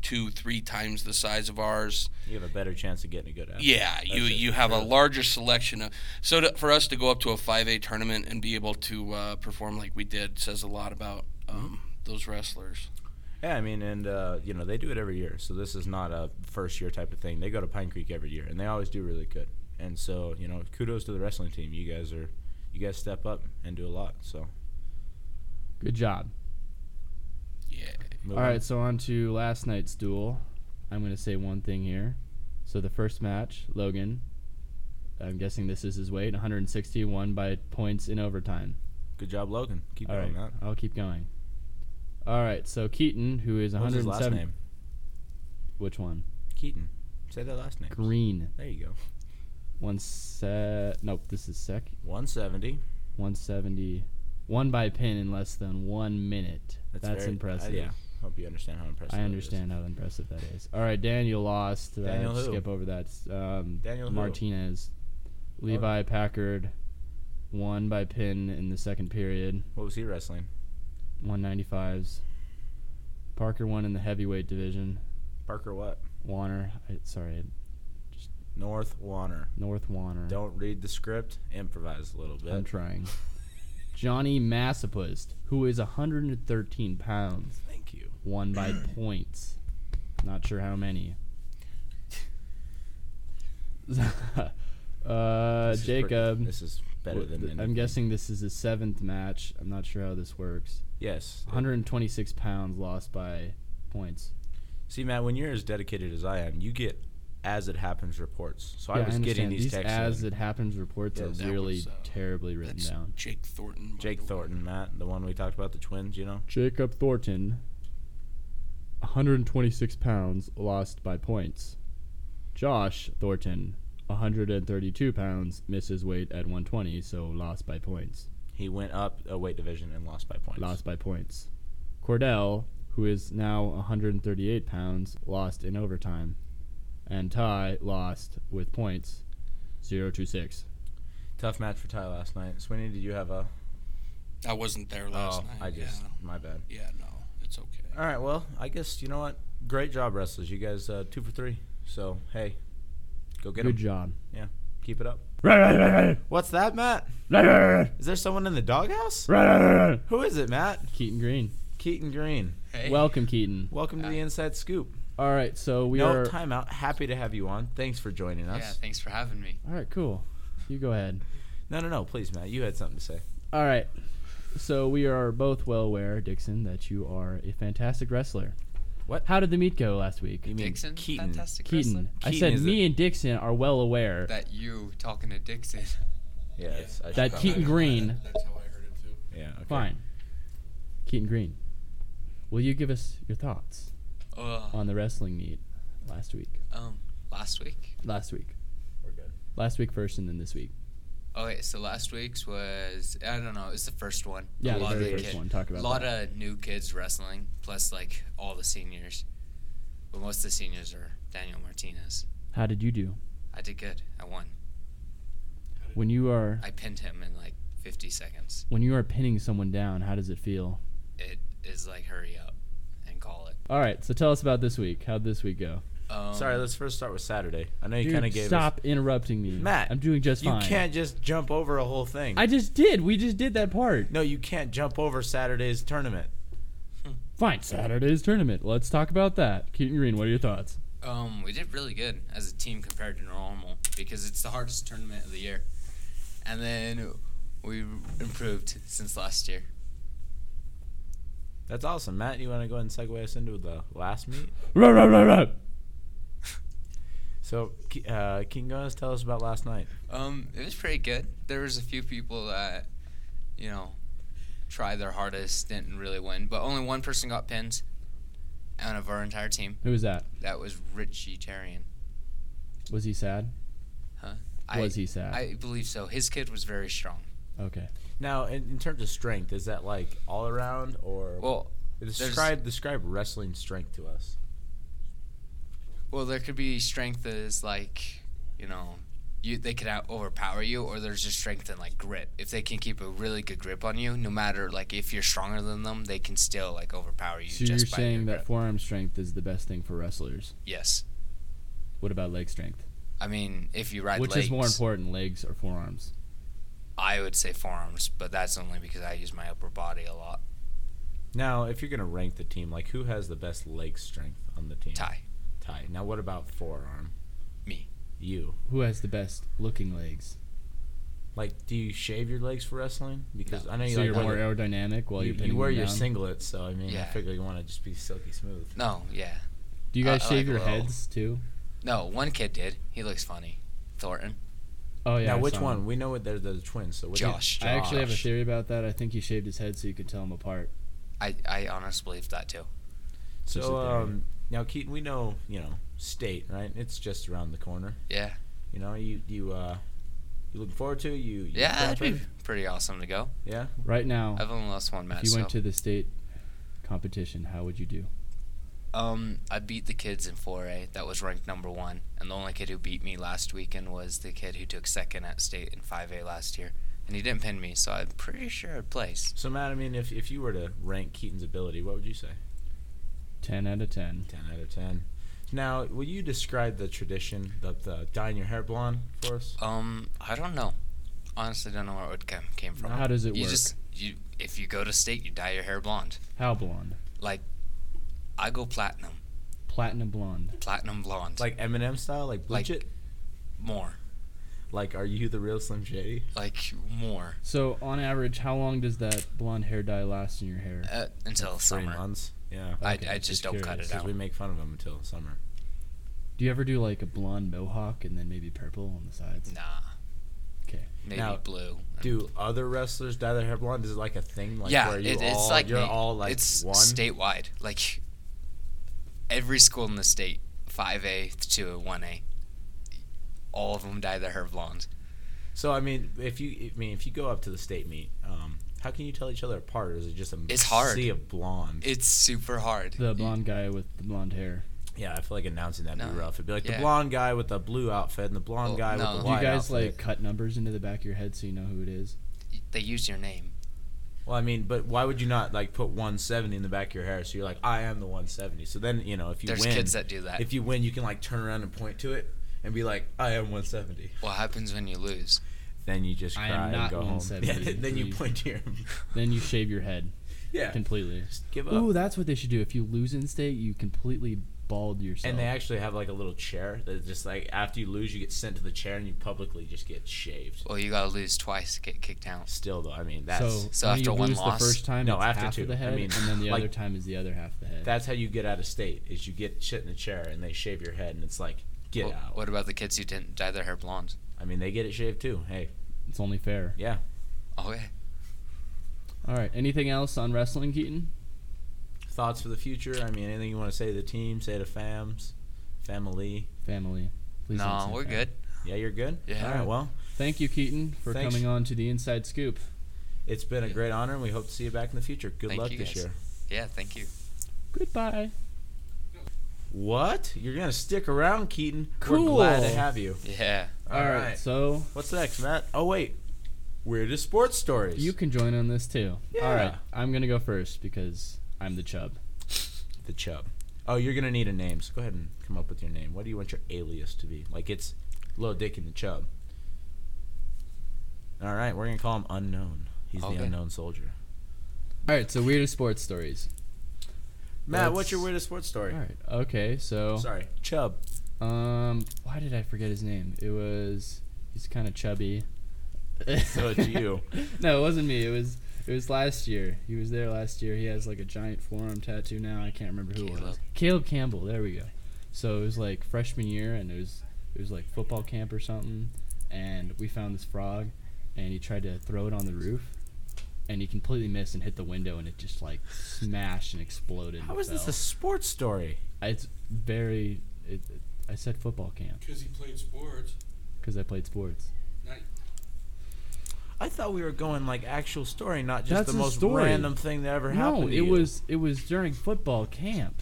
Speaker 3: two three times the size of ours,
Speaker 2: you have a better chance of getting a good athlete.
Speaker 3: yeah, you
Speaker 2: That's it.
Speaker 3: you have a
Speaker 2: Yeah.
Speaker 3: larger selection of. So to, for us to go up to a 5A tournament and be able to uh, perform like we did says a lot about
Speaker 2: Mm-hmm.
Speaker 3: um, those wrestlers.
Speaker 2: Yeah, I mean, and uh, you know they do it every year, so this is not a first year type of thing. They go to Pine Creek every year, and they always do really good. And so you know, kudos to the wrestling team. You guys are, you guys step up and do a lot. So
Speaker 1: Good job.
Speaker 3: Yeah.
Speaker 2: move
Speaker 1: All
Speaker 2: on.
Speaker 1: right, so on to last night's duel. I'm going to say one thing here. So the first match, Logan. I'm guessing this is his weight, 160, won by points in overtime.
Speaker 2: Good job, Logan. Keep
Speaker 1: All
Speaker 2: going,
Speaker 1: right,
Speaker 2: Matt.
Speaker 1: I'll keep going. All right, so Keaton, who is
Speaker 2: What's his
Speaker 1: 107.
Speaker 2: last name?
Speaker 1: Which one?
Speaker 2: Keaton. Say their last name.
Speaker 1: Green.
Speaker 2: There you go.
Speaker 1: One set. Nope, this is sec.
Speaker 2: 170.
Speaker 1: 170. One by pin in less than one minute. That's,
Speaker 2: very-
Speaker 1: impressive.
Speaker 2: I, yeah. Hope you understand how impressive.
Speaker 1: I
Speaker 2: that is.
Speaker 1: understand how impressive that is. All right, Daniel lost. Uh,
Speaker 2: Daniel who?
Speaker 1: Skip over that. S- Um,
Speaker 2: Daniel who? Oh.
Speaker 1: Martinez, Levi Packard, won by pin in the second period,
Speaker 2: What was he wrestling?
Speaker 1: 195s. Parker won in the heavyweight division.
Speaker 2: Parker what?
Speaker 1: Warner, I, sorry,
Speaker 2: North Warner.
Speaker 1: North Warner.
Speaker 2: Don't read the script. Improvise a little bit.
Speaker 1: I'm trying. Johnny Massapust, who is 113 pounds,
Speaker 2: Thank you.
Speaker 1: won
Speaker 2: [clears throat]
Speaker 1: by points. Not sure how many. [laughs] uh,
Speaker 2: This is pretty-
Speaker 1: Jacob.
Speaker 2: this is better
Speaker 1: w-
Speaker 2: than.
Speaker 1: th- I'm
Speaker 2: anything.
Speaker 1: guessing this is his seventh match. I'm not sure how this works.
Speaker 2: Yes.
Speaker 1: 126 pounds lost by points.
Speaker 2: See, Matt, when you're as dedicated as I am, you get as it happens reports. So
Speaker 1: Yeah,
Speaker 2: I was getting
Speaker 1: understand.
Speaker 2: these, texts.
Speaker 1: as
Speaker 2: in.
Speaker 1: it happens reports
Speaker 2: Yes.
Speaker 1: are
Speaker 2: That
Speaker 1: really
Speaker 3: was, uh,
Speaker 1: terribly written
Speaker 3: That's
Speaker 1: down.
Speaker 3: Jake Thornton. by
Speaker 2: Jake
Speaker 3: the way.
Speaker 2: Thornton, Matt, the one we talked about, the twins. You know.
Speaker 1: Jacob Thornton, 126 pounds, lost by points. Josh Thornton, 132 pounds, misses weight at 120, so lost by points.
Speaker 2: He went up a weight division and lost by points.
Speaker 1: Lost by points. Cordell, who is now 138 pounds, lost in overtime. And Ty lost with points, 0 to 6.
Speaker 2: Tough match for Ty last night. Sweeney, did you have a?
Speaker 3: I wasn't there last
Speaker 2: oh,
Speaker 3: night.
Speaker 2: I just
Speaker 3: Yeah.
Speaker 2: my bad.
Speaker 3: Yeah, no, it's okay.
Speaker 2: All right, well, I guess you know what. Great job, wrestlers. You guys uh, two for three. So hey, go get
Speaker 1: Good
Speaker 2: them.
Speaker 1: job.
Speaker 2: Keep it up. What's that, Matt? Is there someone in the doghouse? Who is it, Matt?
Speaker 1: Keaton Green.
Speaker 2: Keaton Green.
Speaker 3: Hey,
Speaker 1: Welcome, Keaton.
Speaker 2: Welcome to the Inside Scoop.
Speaker 1: All right, so we
Speaker 2: no
Speaker 1: are.
Speaker 2: timeout. Happy to have you on. Thanks for joining us.
Speaker 4: Yeah, thanks for having me.
Speaker 1: All right, cool. You go ahead.
Speaker 2: no, no, no. Please, Matt. You had something to say.
Speaker 1: All right. So we are both well aware, Dixon, that you are a fantastic wrestler.
Speaker 2: What?
Speaker 1: How did the meet go last week?
Speaker 2: You mean
Speaker 4: Dixon,
Speaker 2: Keaton?
Speaker 4: fantastic
Speaker 1: Keaton.
Speaker 4: wrestler.
Speaker 1: I
Speaker 2: Keaton
Speaker 1: said
Speaker 2: is
Speaker 1: me
Speaker 2: a-
Speaker 1: and Dixon are well aware
Speaker 4: That you talking to Dixon. [laughs]
Speaker 2: Yeah. It's, I should
Speaker 1: that
Speaker 2: probably-
Speaker 1: Keaton Green.
Speaker 3: That's how I heard it too.
Speaker 2: Yeah. Okay.
Speaker 1: Fine. Keaton Green. Will you give us your thoughts
Speaker 4: Uh,
Speaker 1: on the wrestling meet last week?
Speaker 4: um, last week.
Speaker 1: Last week.
Speaker 2: We're good.
Speaker 1: Last week first and then this week.
Speaker 4: Okay, so last week's was I don't know. It's the first one.
Speaker 1: Yeah,
Speaker 4: a
Speaker 1: the
Speaker 4: lot
Speaker 1: very
Speaker 4: of
Speaker 1: first one. Talk
Speaker 4: A
Speaker 1: about
Speaker 4: lot
Speaker 1: that.
Speaker 4: of new kids wrestling, plus like all the seniors. But most of the seniors are Daniel Martinez.
Speaker 1: How did you do?
Speaker 4: I did good. I won.
Speaker 1: When you are
Speaker 4: I pinned him in like 50 seconds.
Speaker 1: when you are pinning someone down, how does it feel?
Speaker 4: It is like hurry up and call it.
Speaker 1: All right, so tell us about this week. How'd this week go?
Speaker 4: Um,
Speaker 2: Sorry. Let's first start with Saturday. I know you
Speaker 1: Dude,
Speaker 2: kind of gave
Speaker 1: stop interrupting me.
Speaker 2: us. Matt,
Speaker 1: I'm doing just
Speaker 2: you
Speaker 1: fine.
Speaker 2: You can't just jump over a whole thing.
Speaker 1: I just did. We just did that part.
Speaker 2: no, you can't jump over Saturday's tournament.
Speaker 1: Fine. Saturday's tournament. Let's talk about that. Keaton Green, what are your thoughts?
Speaker 4: Um, we did really good as a team compared to normal because it's the hardest tournament of the year, and then we improved since last year.
Speaker 2: That's awesome, Matt. You want to go ahead and segue us into the last meet? So, Ke- uh, King Guns, tell us about last night.
Speaker 4: Um, it was pretty good. There was a few people that, you know, tried their hardest, didn't really win, but only one person got pins out of our entire team.
Speaker 1: Who was that?
Speaker 4: That was Richie Tarian.
Speaker 1: Was he sad?
Speaker 4: Huh?
Speaker 1: was
Speaker 4: I,
Speaker 1: he sad?
Speaker 4: I believe so. His kid was very strong.
Speaker 1: okay.
Speaker 2: Now, in, in terms of strength, is that like all around or
Speaker 4: Well,
Speaker 2: describe describe wrestling strength to us?
Speaker 4: Well, there could be strength that is like, you know, you they could out- overpower you, or there's just strength in like grit. If they can keep a really good grip on you, no matter like if you're stronger than them, they can still like overpower you.
Speaker 1: So
Speaker 4: just
Speaker 1: you're
Speaker 4: by their
Speaker 1: saying that
Speaker 4: grip.
Speaker 1: forearm strength is the best thing for wrestlers.
Speaker 4: yes,
Speaker 1: What about leg strength?
Speaker 4: I mean if you ride
Speaker 1: Which
Speaker 4: legs,
Speaker 1: is more important, legs or forearms?
Speaker 4: I would say forearms, but that's only because I use my upper body a lot.
Speaker 2: Now, if you're gonna rank the team, like who has the best leg strength on the team?
Speaker 4: Tie.
Speaker 2: Ty. Now, what about forearm?
Speaker 4: Me.
Speaker 2: You.
Speaker 1: Who has the best looking legs?
Speaker 2: Like, do you shave your legs for wrestling? Because I know you
Speaker 1: so
Speaker 2: like
Speaker 1: you're
Speaker 2: wear
Speaker 1: more
Speaker 2: the-
Speaker 1: aerodynamic while
Speaker 2: you,
Speaker 1: you're
Speaker 2: you
Speaker 1: pinning
Speaker 2: wear
Speaker 1: them
Speaker 2: your
Speaker 1: down?
Speaker 2: singlets, so I mean, I
Speaker 4: Yeah.
Speaker 2: figure you want to just be silky smooth.
Speaker 4: No, yeah,
Speaker 1: Do you guys
Speaker 4: I- I
Speaker 1: shave
Speaker 4: like
Speaker 1: your
Speaker 4: a little-
Speaker 1: heads too?
Speaker 4: no. One kid did. He looks funny. Thornton.
Speaker 1: Oh yeah.
Speaker 2: now,
Speaker 1: I
Speaker 2: which
Speaker 1: saw
Speaker 2: one?
Speaker 1: him.
Speaker 2: We know what they're the twins. So what do you-
Speaker 4: Josh.
Speaker 1: I actually have a
Speaker 4: Josh.
Speaker 1: theory about that. I think he shaved his head so you could tell them apart.
Speaker 4: I I honestly believe that too.
Speaker 1: Just a
Speaker 2: So,
Speaker 1: theory.
Speaker 2: um, Now, Keaton, we know you know state, right? It's just around the corner.
Speaker 4: Yeah.
Speaker 2: You know, you you uh, you looking forward to you? you
Speaker 4: Yeah, that'd
Speaker 2: prepping?
Speaker 4: be pretty awesome to go.
Speaker 2: yeah.
Speaker 1: Right now,
Speaker 4: I've only lost one match.
Speaker 1: if you went
Speaker 4: so.
Speaker 1: to the state competition, how would you do?
Speaker 4: Um, I beat the kids in 4A. That was ranked number one. And the only kid who beat me last weekend was the kid who took second at state in 5A last year. And he didn't pin me, so I'm pretty sure I'd place.
Speaker 2: So, Matt, I mean, if if you were to rank Keaton's ability, what would you say?
Speaker 1: 10 out of 10.
Speaker 2: Ten out of ten. Now, will you describe the tradition, the, the dyeing your hair blonde for us?
Speaker 4: Um, I don't know. Honestly, don't know where it came, came from.
Speaker 1: How does it
Speaker 4: you
Speaker 1: work?
Speaker 4: Just, you, if you go to state, you dye your hair blonde.
Speaker 1: How blonde?
Speaker 4: Like, I go platinum,
Speaker 1: Platinum blonde.
Speaker 4: platinum blonde.
Speaker 2: Like Eminem style, like bleach
Speaker 4: Like-
Speaker 2: it.
Speaker 4: more,
Speaker 2: Like, are you the real Slim Shady?
Speaker 4: like more
Speaker 1: So, on average, how long does that blonde hair dye last in your hair?
Speaker 4: uh, until
Speaker 2: Three
Speaker 4: summer.
Speaker 2: months. Yeah.
Speaker 4: I,
Speaker 1: Okay,
Speaker 4: I just,
Speaker 1: just
Speaker 4: don't cut
Speaker 1: curious,
Speaker 4: it
Speaker 2: Because
Speaker 4: out.
Speaker 2: we make fun of him until summer.
Speaker 1: Do you ever do like a blonde mohawk and then maybe purple on the sides?
Speaker 4: Nah.
Speaker 1: Okay.
Speaker 4: Maybe
Speaker 2: Now,
Speaker 4: blue.
Speaker 2: Do other wrestlers dye their hair blonde? Is it like a thing? Like
Speaker 4: yeah,
Speaker 2: where you
Speaker 4: it- it's
Speaker 2: all,
Speaker 4: like
Speaker 2: you're
Speaker 4: na-
Speaker 2: all like
Speaker 4: it's
Speaker 2: one.
Speaker 4: statewide. Like every school in the state, five A to one A, all of them dye their hair blonde.
Speaker 2: So I mean, if you I mean if you go up to the state meet, um, how can you tell each other apart? Or is it just a
Speaker 4: It's hard.
Speaker 2: sea of blonde?
Speaker 4: It's super hard.
Speaker 1: The blonde guy with the blonde hair.
Speaker 2: yeah, I feel like announcing that'd
Speaker 4: No.
Speaker 2: be rough. It'd be like
Speaker 4: Yeah.
Speaker 2: the blonde guy with the blue outfit and the blonde
Speaker 4: Well,
Speaker 2: guy with
Speaker 4: no. Do
Speaker 2: the
Speaker 1: Do you
Speaker 2: white
Speaker 1: guys
Speaker 2: outfit.
Speaker 1: like cut numbers into the back of your head so you know who it is?
Speaker 4: they use your name.
Speaker 2: Well, I mean, but why would you not like put 170 in the back of your hair? So you're like, I am the 170. So then you know if you
Speaker 4: There's
Speaker 2: win,
Speaker 4: kids that do that.
Speaker 2: if you win, you can like turn around and point to it and be like, I am 170.
Speaker 4: what happens when you lose?
Speaker 2: Then you just
Speaker 1: I
Speaker 2: cry
Speaker 1: am not
Speaker 2: and go home. [laughs] Yeah,
Speaker 1: 170,
Speaker 2: then you
Speaker 1: please.
Speaker 2: point to your [laughs]
Speaker 1: Then you shave your head
Speaker 2: yeah.
Speaker 1: completely.
Speaker 2: Just give up.
Speaker 1: Ooh, that's what they should do. If you lose in state, you completely bald yourself.
Speaker 2: And they actually have like a little chair that just like after you lose, you get sent to the chair and you publicly just get shaved.
Speaker 4: Well, you gotta lose twice to get kicked out.
Speaker 2: Still though, I mean
Speaker 1: so,
Speaker 2: that's
Speaker 4: So
Speaker 1: when
Speaker 4: after
Speaker 1: you
Speaker 4: one
Speaker 1: lose
Speaker 4: loss-
Speaker 1: the first time,
Speaker 2: No,
Speaker 1: it's
Speaker 2: after
Speaker 1: half
Speaker 2: two.
Speaker 1: of the
Speaker 2: I
Speaker 1: head,
Speaker 2: mean,
Speaker 1: and then the
Speaker 2: like-
Speaker 1: other time is the other half of the head.
Speaker 2: that's how you get out of state is you get shit in the chair and they shave your head and it's like get
Speaker 4: Well,
Speaker 2: out.
Speaker 4: What about the kids who didn't dye their hair blonde?
Speaker 2: I mean they get it shaved too. Hey,
Speaker 1: it's only fair.
Speaker 2: yeah.
Speaker 4: Oh yeah.
Speaker 1: All right. Anything else on wrestling, Keaton?
Speaker 2: Thoughts for the future? I mean anything you want to say to the team, say to fams, family.
Speaker 1: Family. Please don't
Speaker 4: No,
Speaker 1: say
Speaker 4: we're
Speaker 1: that.
Speaker 4: good.
Speaker 2: Yeah, you're good.
Speaker 4: Yeah.
Speaker 2: All right. Well,
Speaker 1: Thank you, Keaton, for
Speaker 2: Thanks.
Speaker 1: coming on to the Inside Scoop.
Speaker 2: it's been a great honor and we hope to see you back in the future. Good
Speaker 4: Thank
Speaker 2: luck
Speaker 4: you,
Speaker 2: this
Speaker 4: guys.
Speaker 2: year.
Speaker 4: Yeah, thank
Speaker 2: [laughs]
Speaker 4: you.
Speaker 1: Goodbye.
Speaker 2: What? You're gonna stick around, Keaton? We're
Speaker 1: Cool.
Speaker 2: glad to have you.
Speaker 4: Yeah.
Speaker 1: All right. So
Speaker 2: What's next, Matt? Oh wait, weirdest sports stories.
Speaker 1: you can join on this too. All right.
Speaker 2: Yeah.
Speaker 1: I'm gonna go first because I'm the chub.
Speaker 2: the Chubb. Oh, you're gonna need a name. So go ahead and come up with your name. What do you want your alias to be? Like it's Lil Dick and the Chubb. All right, we're gonna call him Unknown. He's
Speaker 4: Okay.
Speaker 2: the Unknown Soldier.
Speaker 1: All right. So weirdest sports stories.
Speaker 2: Matt,
Speaker 1: Let's-
Speaker 2: what's your weirdest sports story?
Speaker 1: All right. Okay. So
Speaker 2: Sorry, Chubb.
Speaker 1: um, why did I forget his name? It was he's kind of chubby.
Speaker 2: So it's you.
Speaker 1: [laughs] no, it wasn't me. It was it was last year. He was there last year. He has like a giant forearm tattoo now. I can't remember who it was.
Speaker 4: Caleb.
Speaker 1: Caleb Campbell. There we go. So it was like freshman year, and it was it was like football camp or something, and we found this frog, and he tried to throw it on the roof. And he completely missed and hit the window, and it just like smashed and exploded.
Speaker 2: How
Speaker 1: and
Speaker 2: is this a
Speaker 1: fell.
Speaker 2: sports story?
Speaker 1: It's very. It, it- I said football camp
Speaker 3: Because he played sports.
Speaker 1: because I played sports.
Speaker 2: I thought we were going like actual story, not just
Speaker 1: That's
Speaker 2: the
Speaker 1: a
Speaker 2: most
Speaker 1: story.
Speaker 2: random thing that ever happened.
Speaker 1: No,
Speaker 2: to
Speaker 1: it
Speaker 2: you.
Speaker 1: was it was during football camp.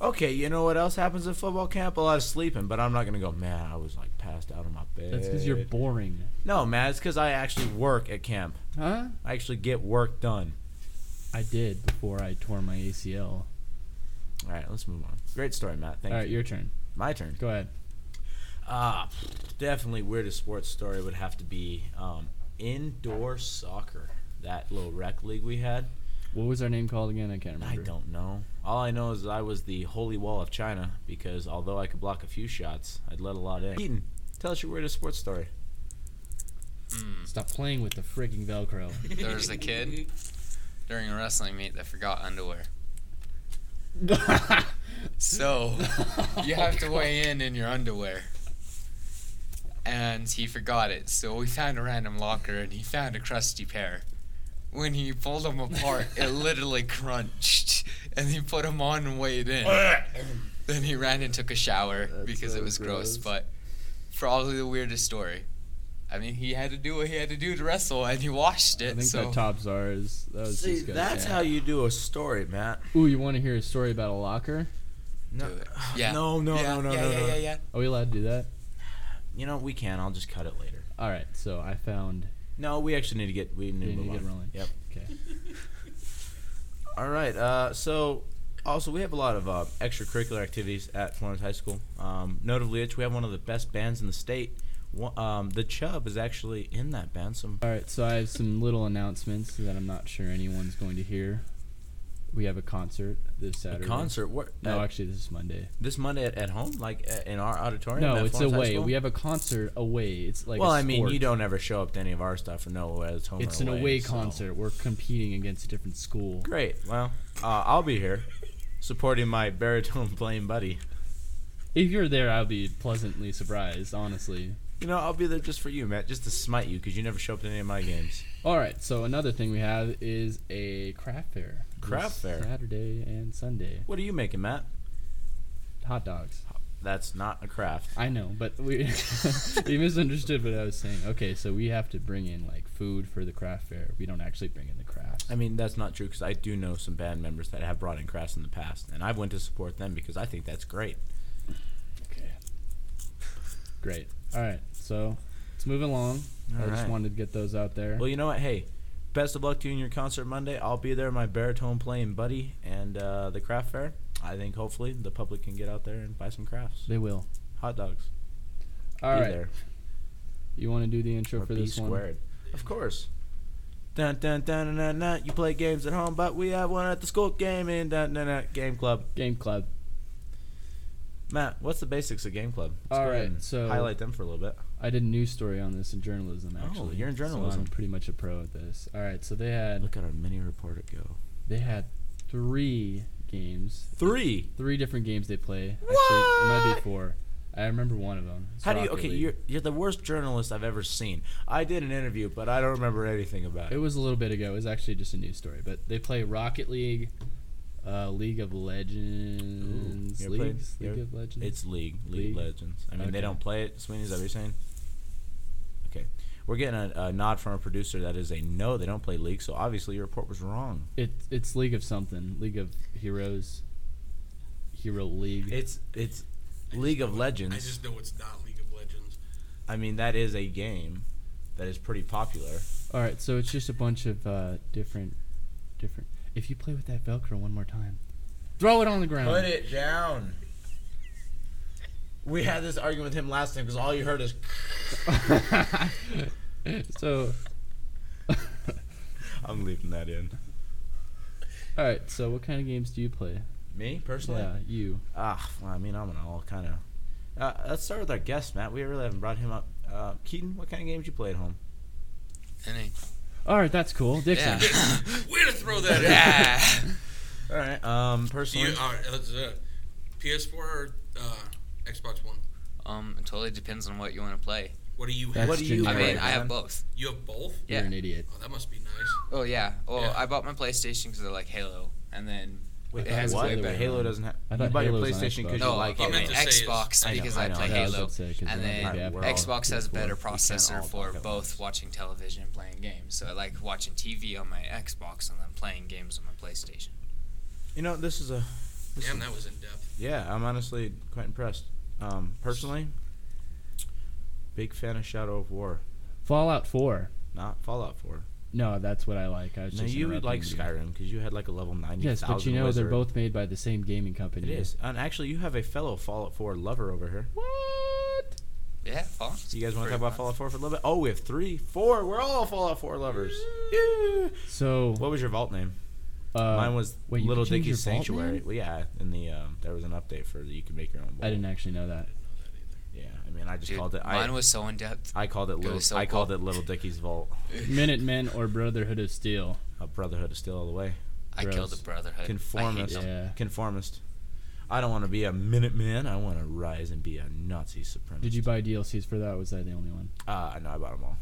Speaker 2: Okay, you know what else happens at football camp? A lot of sleeping, but I'm not gonna go. Man, I was like passed out on my bed.
Speaker 1: That's because you're boring,
Speaker 2: No, man, it's because I actually work at camp.
Speaker 1: huh?
Speaker 2: I actually get work done.
Speaker 1: I did before I tore my ACL.
Speaker 2: All right, let's move on. Great story, Matt. Thank
Speaker 1: All right,
Speaker 2: you.
Speaker 1: your turn.
Speaker 2: My turn.
Speaker 1: Go ahead.
Speaker 2: Ah, definitely weirdest sports story would have to be um, indoor soccer. That little rec league we had.
Speaker 1: What was our name called again? I can't
Speaker 2: I
Speaker 1: remember.
Speaker 2: don't know. All I know is I was the holy wall of China because although I could block a few shots, I'd let a lot in. Keaton, tell us your weirdest sports story.
Speaker 1: Stop playing with the freaking [laughs] Velcro.
Speaker 4: There was a kid during a wrestling meet that forgot underwear.
Speaker 2: [laughs]
Speaker 4: So you have
Speaker 2: Oh,
Speaker 4: to weigh in in your underwear. And he forgot it, so we found a random locker and he found a crusty pair. when he pulled them apart,
Speaker 2: [laughs]
Speaker 4: it literally crunched, and he put them on and
Speaker 2: [laughs]
Speaker 4: weighed in. then he ran and took a shower because
Speaker 2: so
Speaker 4: it was
Speaker 2: gross.
Speaker 4: gross, But probably the weirdest story. I mean, he had to do what he had to do to wrestle, and he washed
Speaker 1: I
Speaker 4: it.
Speaker 1: think
Speaker 4: So
Speaker 1: that top czar Oh, is that was
Speaker 2: See,
Speaker 1: just good.
Speaker 2: that's
Speaker 1: yeah.
Speaker 2: how you do a story, Matt.
Speaker 1: Ooh, you want to hear a story about a locker?
Speaker 2: No, [sighs]
Speaker 4: Do it. Yeah.
Speaker 2: no, no,
Speaker 4: yeah,
Speaker 2: no, no,
Speaker 4: yeah,
Speaker 2: no,
Speaker 4: yeah,
Speaker 2: no.
Speaker 4: yeah, yeah.
Speaker 1: Are we allowed to do that?
Speaker 2: You know, we can. I'll just cut it later.
Speaker 1: All right. So I found.
Speaker 2: No, we actually need to get. We
Speaker 1: Yeah,
Speaker 2: need to move
Speaker 1: you get
Speaker 2: on.
Speaker 1: rolling.
Speaker 2: Yep.
Speaker 1: Okay.
Speaker 2: All right. Uh, so, also, we have a lot of uh, extracurricular activities at Florence High School. Um, notably, we have one of the best bands in the state. One, um, the Chubb is actually in that band. Some
Speaker 1: All right. So I have some little announcements that I'm not sure anyone's going to hear. We have a concert this
Speaker 2: a
Speaker 1: Saturday.
Speaker 2: concert. What?
Speaker 1: No,
Speaker 2: at-
Speaker 1: actually, this is Monday.
Speaker 2: this Monday at, at home, like uh, in our auditorium.
Speaker 1: No,
Speaker 2: at
Speaker 1: it's
Speaker 2: Florence High
Speaker 1: away.
Speaker 2: School?
Speaker 1: We have a concert away. It's like.
Speaker 2: well,
Speaker 1: I
Speaker 2: I mean, you don't ever show up to any of our stuff and know whether it's home.
Speaker 1: It's
Speaker 2: or
Speaker 1: an away
Speaker 2: so-
Speaker 1: concert. We're competing against a different school.
Speaker 2: Great. Well, uh, I'll be here, supporting my baritone playing buddy.
Speaker 1: If you're there, I'll be pleasantly surprised. Honestly.
Speaker 2: You know, I'll be there just for you, Matt, just to smite you because you never show up to any of my games.
Speaker 1: All right. So another thing we have is a craft fair.
Speaker 2: Craft
Speaker 1: this
Speaker 2: fair.
Speaker 1: Saturday and Sunday.
Speaker 2: What are you making, Matt?
Speaker 1: Hot dogs.
Speaker 2: That's not a craft.
Speaker 1: I know, but we [laughs] you misunderstood what I was saying. Okay, so we have to bring in like food for the craft fair. We don't actually bring in the crafts.
Speaker 2: I mean, that's not true because I do know some band members that have brought in crafts in the past, and I've went to support them because I think that's great.
Speaker 1: Okay. Great. All right. So let's move along. I
Speaker 2: All
Speaker 1: just
Speaker 2: right.
Speaker 1: wanted to get those out there.
Speaker 2: Well, you know what? Hey, best of luck to you in your concert Monday. I'll be there, my baritone playing buddy, and uh, the craft fair. I think hopefully the public can get out there and buy some crafts,
Speaker 1: They will.
Speaker 2: hot dogs.
Speaker 1: All
Speaker 2: be
Speaker 1: right.
Speaker 2: there.
Speaker 1: You want to do the intro
Speaker 2: or
Speaker 1: for
Speaker 2: B
Speaker 1: this one?
Speaker 2: squared. Of course. Dun, dun, dun, dun, dun, dun. You play games at home, but we have one at the school game in dun, dun, dun, game club.
Speaker 1: Game club.
Speaker 2: Matt, what's the basics of game club?
Speaker 1: All
Speaker 2: go ahead
Speaker 1: right,
Speaker 2: and
Speaker 1: so-
Speaker 2: highlight them for a little bit.
Speaker 1: I did a news story on this in journalism
Speaker 2: Oh,
Speaker 1: actually.
Speaker 2: you're in
Speaker 1: so
Speaker 2: journalism.
Speaker 1: I'm pretty much a pro at this. All right. So they had
Speaker 2: Look at our mini reporter go.
Speaker 1: they had 3 games
Speaker 2: Three.
Speaker 1: three different games they play. Actually, it might be
Speaker 2: What?
Speaker 1: four. I remember one of them.
Speaker 2: How do you? Okay, you're you're the worst journalist I've ever seen. I did an interview, but I don't remember anything about
Speaker 1: It
Speaker 2: it.
Speaker 1: was a little bit ago. It was actually just a news story, but they play Rocket League, uh, League of Legends,
Speaker 2: Ooh, you ever played-
Speaker 1: Leagues,
Speaker 2: you
Speaker 1: League
Speaker 2: ever-
Speaker 1: of Legends.
Speaker 2: It's League, League,
Speaker 1: League?
Speaker 2: Legends. I mean, they
Speaker 1: Okay.
Speaker 2: don't play it. Sweeney, is that what you're saying? Okay, we're getting a, a nod from a producer that is a no. They don't play League, so obviously your report was wrong.
Speaker 1: it's it's League of something. League of Heroes. Hero League.
Speaker 2: It's it's League of Legends.
Speaker 5: I just know it's not League of
Speaker 2: [laughs]
Speaker 3: [laughs]
Speaker 5: Legends.
Speaker 2: I mean, that is a game that is pretty popular.
Speaker 1: All right, so it's just a bunch of uh, different, different. If you play with that Velcro one more time, throw it on the ground.
Speaker 2: it down. We had this argument with him last time because all you
Speaker 4: [laughs]
Speaker 2: heard is.
Speaker 1: [laughs] so,
Speaker 2: I'm leaving that in.
Speaker 1: all right. So, what kind of games do you play?
Speaker 2: Me personally.
Speaker 1: Yeah, you.
Speaker 2: Ah, well, I mean, I'm an all kind of. Uh, let's start with our guest, Matt. We really haven't brought him up. Uh, Keaton, what kind of games you play at home?
Speaker 4: And he,
Speaker 1: All right, that's cool. Dixon.
Speaker 4: yeah,
Speaker 5: Way to throw that in.
Speaker 4: [laughs] yeah.
Speaker 2: [laughs] All right. Um,
Speaker 5: You,
Speaker 2: personally,
Speaker 5: all right, let's, uh, PS4 or uh, Xbox One?
Speaker 4: Um, it totally depends on what you want to play.
Speaker 5: What do you
Speaker 1: That's
Speaker 5: have?
Speaker 2: what do you?
Speaker 4: I
Speaker 1: generic.
Speaker 2: play,
Speaker 4: mean, I have
Speaker 2: man?
Speaker 4: both.
Speaker 5: you have both?
Speaker 1: You're
Speaker 4: Yeah.
Speaker 1: an idiot.
Speaker 5: Oh, that must be nice.
Speaker 4: Oh yeah. Well,
Speaker 5: Yeah.
Speaker 4: I bought my PlayStation because I like Halo, and then
Speaker 2: Wait,
Speaker 4: it has
Speaker 2: what?
Speaker 4: way
Speaker 1: But
Speaker 4: better.
Speaker 2: Halo
Speaker 1: around.
Speaker 2: doesn't have.
Speaker 1: I
Speaker 2: You
Speaker 1: thought
Speaker 2: bought your
Speaker 1: Halo was on
Speaker 2: PlayStation because
Speaker 1: Xbox.
Speaker 2: you
Speaker 4: No, I
Speaker 2: like
Speaker 4: bought
Speaker 5: meant
Speaker 4: my
Speaker 2: Halo.
Speaker 5: to say is-
Speaker 4: Xbox
Speaker 5: I know,
Speaker 4: because
Speaker 2: I
Speaker 4: I,
Speaker 2: know.
Speaker 4: play
Speaker 2: Yeah,
Speaker 1: I was
Speaker 4: Halo,
Speaker 1: gonna say, 'cause
Speaker 4: and
Speaker 1: we're all
Speaker 4: then
Speaker 1: big
Speaker 2: app- we're all
Speaker 4: Xbox has
Speaker 2: PS4.
Speaker 4: better
Speaker 2: We can't all
Speaker 4: processor
Speaker 2: talk
Speaker 4: for
Speaker 2: at once.
Speaker 4: both watching television and playing games. So I like watching TV on my Xbox and then playing games on my PlayStation.
Speaker 2: You know, this is a. This
Speaker 5: Damn,
Speaker 2: is,
Speaker 5: that was in depth.
Speaker 2: yeah, I'm honestly quite impressed. Um, personally, big fan of Shadow of War,
Speaker 1: Fallout 4.
Speaker 2: not Fallout 4.
Speaker 1: No, that's what I like. I was
Speaker 2: No,
Speaker 1: just
Speaker 2: you would like
Speaker 1: interrupting you.
Speaker 2: Skyrim because you had like a level 90,000
Speaker 1: Yes, but you know
Speaker 2: wizard.
Speaker 1: they're both made by the same gaming
Speaker 2: It
Speaker 1: company.
Speaker 2: is. And actually, you have a fellow Fallout 4 lover over here.
Speaker 1: What?
Speaker 4: Yeah, Fallout.
Speaker 2: Do you guys want to
Speaker 5: Pretty
Speaker 2: talk about
Speaker 5: much.
Speaker 2: Fallout 4 for a little bit? Oh, we have three, four. We're all Fallout 4 lovers. Yeah.
Speaker 1: So
Speaker 2: What was your vault name?
Speaker 1: uh,
Speaker 2: Mine was
Speaker 1: wait, you
Speaker 2: Little
Speaker 1: can change
Speaker 2: Dickie's
Speaker 1: your vault
Speaker 2: Sanctuary.
Speaker 1: name?
Speaker 2: Well, yeah, in the um, there was an update for that you could make your own. Vault.
Speaker 1: I didn't actually know that.
Speaker 2: Yeah, I mean, I just
Speaker 4: Dude,
Speaker 2: called it. I,
Speaker 4: mine was so in depth.
Speaker 2: I called it
Speaker 4: was
Speaker 2: little.
Speaker 4: so
Speaker 2: I called
Speaker 4: cool.
Speaker 2: it Little Dickie's Vault.
Speaker 1: Minutemen or Brotherhood of Steel.
Speaker 2: A Brotherhood is still all the way.
Speaker 4: I killed the
Speaker 1: gross.
Speaker 4: Brotherhood. I hate
Speaker 2: Conformist.
Speaker 4: them.
Speaker 1: Yeah.
Speaker 2: Conformist. I don't want to be a Minuteman. I want to rise and be a Nazi supremacist. Ah,
Speaker 1: Did you buy DLCs for that? Or was I the only one?
Speaker 2: Uh, no, I bought them all.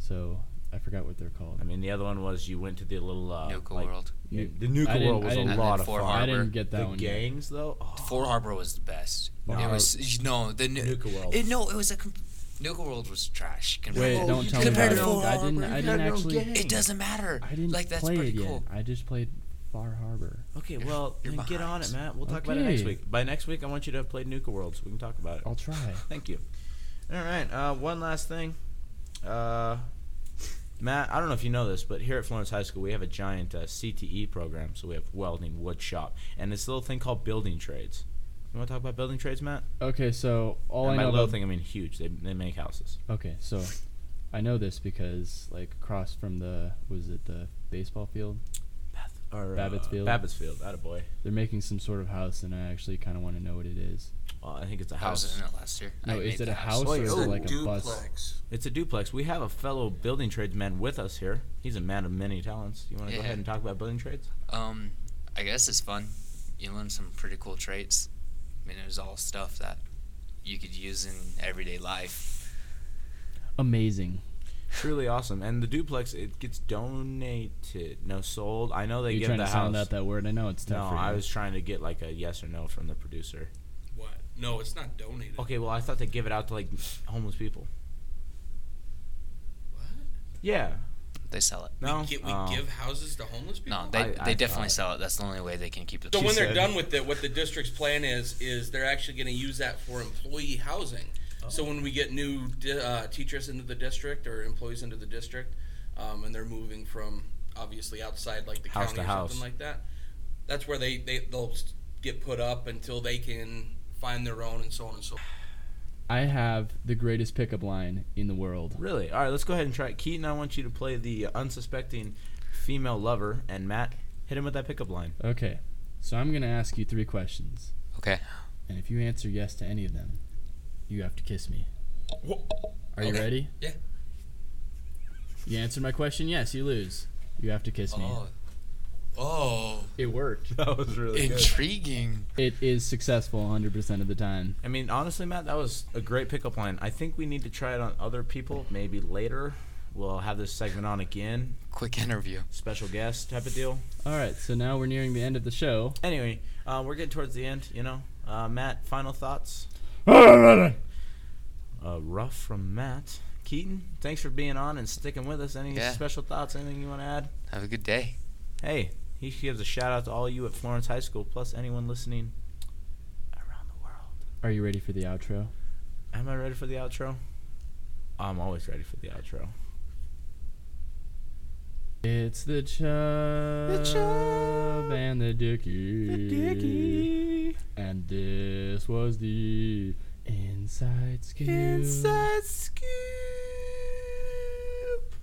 Speaker 1: So I forgot what they're called.
Speaker 2: I mean, the other one was you went to the little uh,
Speaker 4: Nuka
Speaker 2: like-
Speaker 4: World.
Speaker 2: Yeah,
Speaker 1: Nu-
Speaker 2: the
Speaker 1: I
Speaker 2: Nuka
Speaker 1: didn't-
Speaker 2: World
Speaker 1: I
Speaker 2: was a
Speaker 1: didn't-
Speaker 2: lot of
Speaker 4: Fort
Speaker 2: fun.
Speaker 1: I
Speaker 4: Harbor.
Speaker 1: didn't get that
Speaker 2: the
Speaker 1: one. yet.
Speaker 2: gangs though. Oh,
Speaker 4: Fort Harbor was the best.
Speaker 2: No.
Speaker 4: It was no the nu-
Speaker 2: Nuka World.
Speaker 4: It, no, it was a com- Nuka World was trash. compared
Speaker 1: Wait,
Speaker 4: to-
Speaker 2: Oh,
Speaker 1: don't tell me
Speaker 4: compared
Speaker 1: about
Speaker 4: to
Speaker 1: it.
Speaker 4: Fort
Speaker 1: I didn't.
Speaker 2: Harbor,
Speaker 1: I
Speaker 2: you
Speaker 1: didn't
Speaker 2: had no
Speaker 1: actually.
Speaker 2: gang.
Speaker 4: It doesn't matter.
Speaker 1: I didn't
Speaker 4: like that's
Speaker 1: play
Speaker 4: pretty
Speaker 1: it yet.
Speaker 4: cool.
Speaker 1: I just played Far Harbor.
Speaker 2: Okay, well,
Speaker 4: you're
Speaker 2: then get on
Speaker 4: behind.
Speaker 2: it, Matt. We'll talk about it next
Speaker 1: Okay.
Speaker 2: week. By next week, I want you to have played Nuka World so we can talk about it.
Speaker 1: I'll try.
Speaker 2: [laughs] Thank you. All right. Uh, one last thing. Uh, Matt, I don't know if you know this, but here at Florence High School, we have a giant uh, CTE program. So we have welding, wood shop, and this little thing called building trades. You want to talk about building trades, Matt?
Speaker 1: Okay, so all
Speaker 2: and
Speaker 1: I
Speaker 2: by
Speaker 1: know
Speaker 2: little
Speaker 1: about
Speaker 2: thing, I mean huge. They, they make houses.
Speaker 1: Okay, so I know this because like across from the was it the baseball field?
Speaker 2: Bath, or,
Speaker 1: Babbittsfield.
Speaker 2: Uh, Babbittsfield. Attaboy.
Speaker 1: They're making some sort of house, and I actually kind of want to know what it is.
Speaker 2: Well, I think it's a
Speaker 4: I was
Speaker 2: house.
Speaker 4: in it last year.
Speaker 1: No,
Speaker 4: I
Speaker 1: is
Speaker 4: made
Speaker 1: it
Speaker 4: the
Speaker 1: a house or is
Speaker 2: Oh,
Speaker 1: it
Speaker 2: it's
Speaker 1: like a bus?
Speaker 5: duplex.
Speaker 2: It's a duplex. We have a fellow building tradesman with us here. He's a man of many talents. You want to go
Speaker 4: Yeah.
Speaker 2: ahead and talk about building trades?
Speaker 4: Um, I guess it's fun. You learn some pretty cool traits. I mean, it was all stuff that you could use in everyday life.
Speaker 1: Amazing.
Speaker 2: Truly awesome. And the duplex, it gets donated, no sold. I know they
Speaker 1: You're
Speaker 2: give
Speaker 1: trying
Speaker 2: the
Speaker 1: to
Speaker 2: house.
Speaker 1: sound out that word. I know it's
Speaker 2: no,
Speaker 1: tough for you.
Speaker 2: I was trying to get like a yes or no from the producer.
Speaker 5: What? No, it's not donated.
Speaker 2: Okay, well I thought they give it out to like homeless people.
Speaker 5: What?
Speaker 2: Yeah.
Speaker 4: They sell it.
Speaker 2: No.
Speaker 5: We, gi- we
Speaker 2: Oh.
Speaker 5: give houses to homeless people?
Speaker 4: No, they,
Speaker 2: I-
Speaker 4: they
Speaker 2: I
Speaker 4: definitely
Speaker 2: thought-
Speaker 4: sell it. That's the only way they can keep it.
Speaker 5: So when they're
Speaker 2: said-
Speaker 5: done with it, what the district's plan is is they're actually going to use that for employee housing.
Speaker 2: Oh.
Speaker 5: So when we get new di- uh, teachers into the district or employees into the district, um, and they're moving from obviously outside like the
Speaker 2: House
Speaker 5: county
Speaker 2: to
Speaker 5: or
Speaker 2: house.
Speaker 5: something like that, that's where they, they they'll s- get put up until they can find their own and so on and so. forth.
Speaker 1: I have the greatest pickup line in the world.
Speaker 2: Really? All right, let's go ahead and try it. Keaton, I want you to play the unsuspecting female lover, and Matt, hit him with that pickup line.
Speaker 1: Okay, so I'm gonna ask you three questions,
Speaker 4: Okay.
Speaker 1: and if you answer yes to any of them, you have to kiss me. Are you
Speaker 5: Okay.
Speaker 1: ready?
Speaker 5: Yeah.
Speaker 1: You answered my question. Yes, you lose. You have to kiss me.
Speaker 4: Oh,
Speaker 5: Oh,
Speaker 1: It worked.
Speaker 2: [laughs] That was really
Speaker 4: intriguing.
Speaker 1: It is successful 100% of the time.
Speaker 2: I mean, honestly, Matt, that was a great pickup line. I think we need to try it on other people. Maybe later, we'll have this segment on again,
Speaker 4: Quick interview.
Speaker 2: special guest type of deal.
Speaker 1: All right, so now we're nearing the end of the show.
Speaker 2: Anyway, uh, we're getting towards the end. You know, uh, Matt, final thoughts. Uh, rough from Matt Keaton. Thanks for being on and sticking with us. Any
Speaker 4: Yeah.
Speaker 2: special thoughts? Anything you want to add?
Speaker 4: Have a good day.
Speaker 2: Hey, he gives a shout out to all you at Florence High School, plus anyone listening around the world.
Speaker 1: Are you ready for the outro?
Speaker 2: Am I ready for the outro? I'm always ready for the outro.
Speaker 1: It's the chub,
Speaker 2: Chubb
Speaker 1: and the dickie.
Speaker 2: Dickie.
Speaker 1: And this was the Inside Scoop.
Speaker 2: Inside scoop.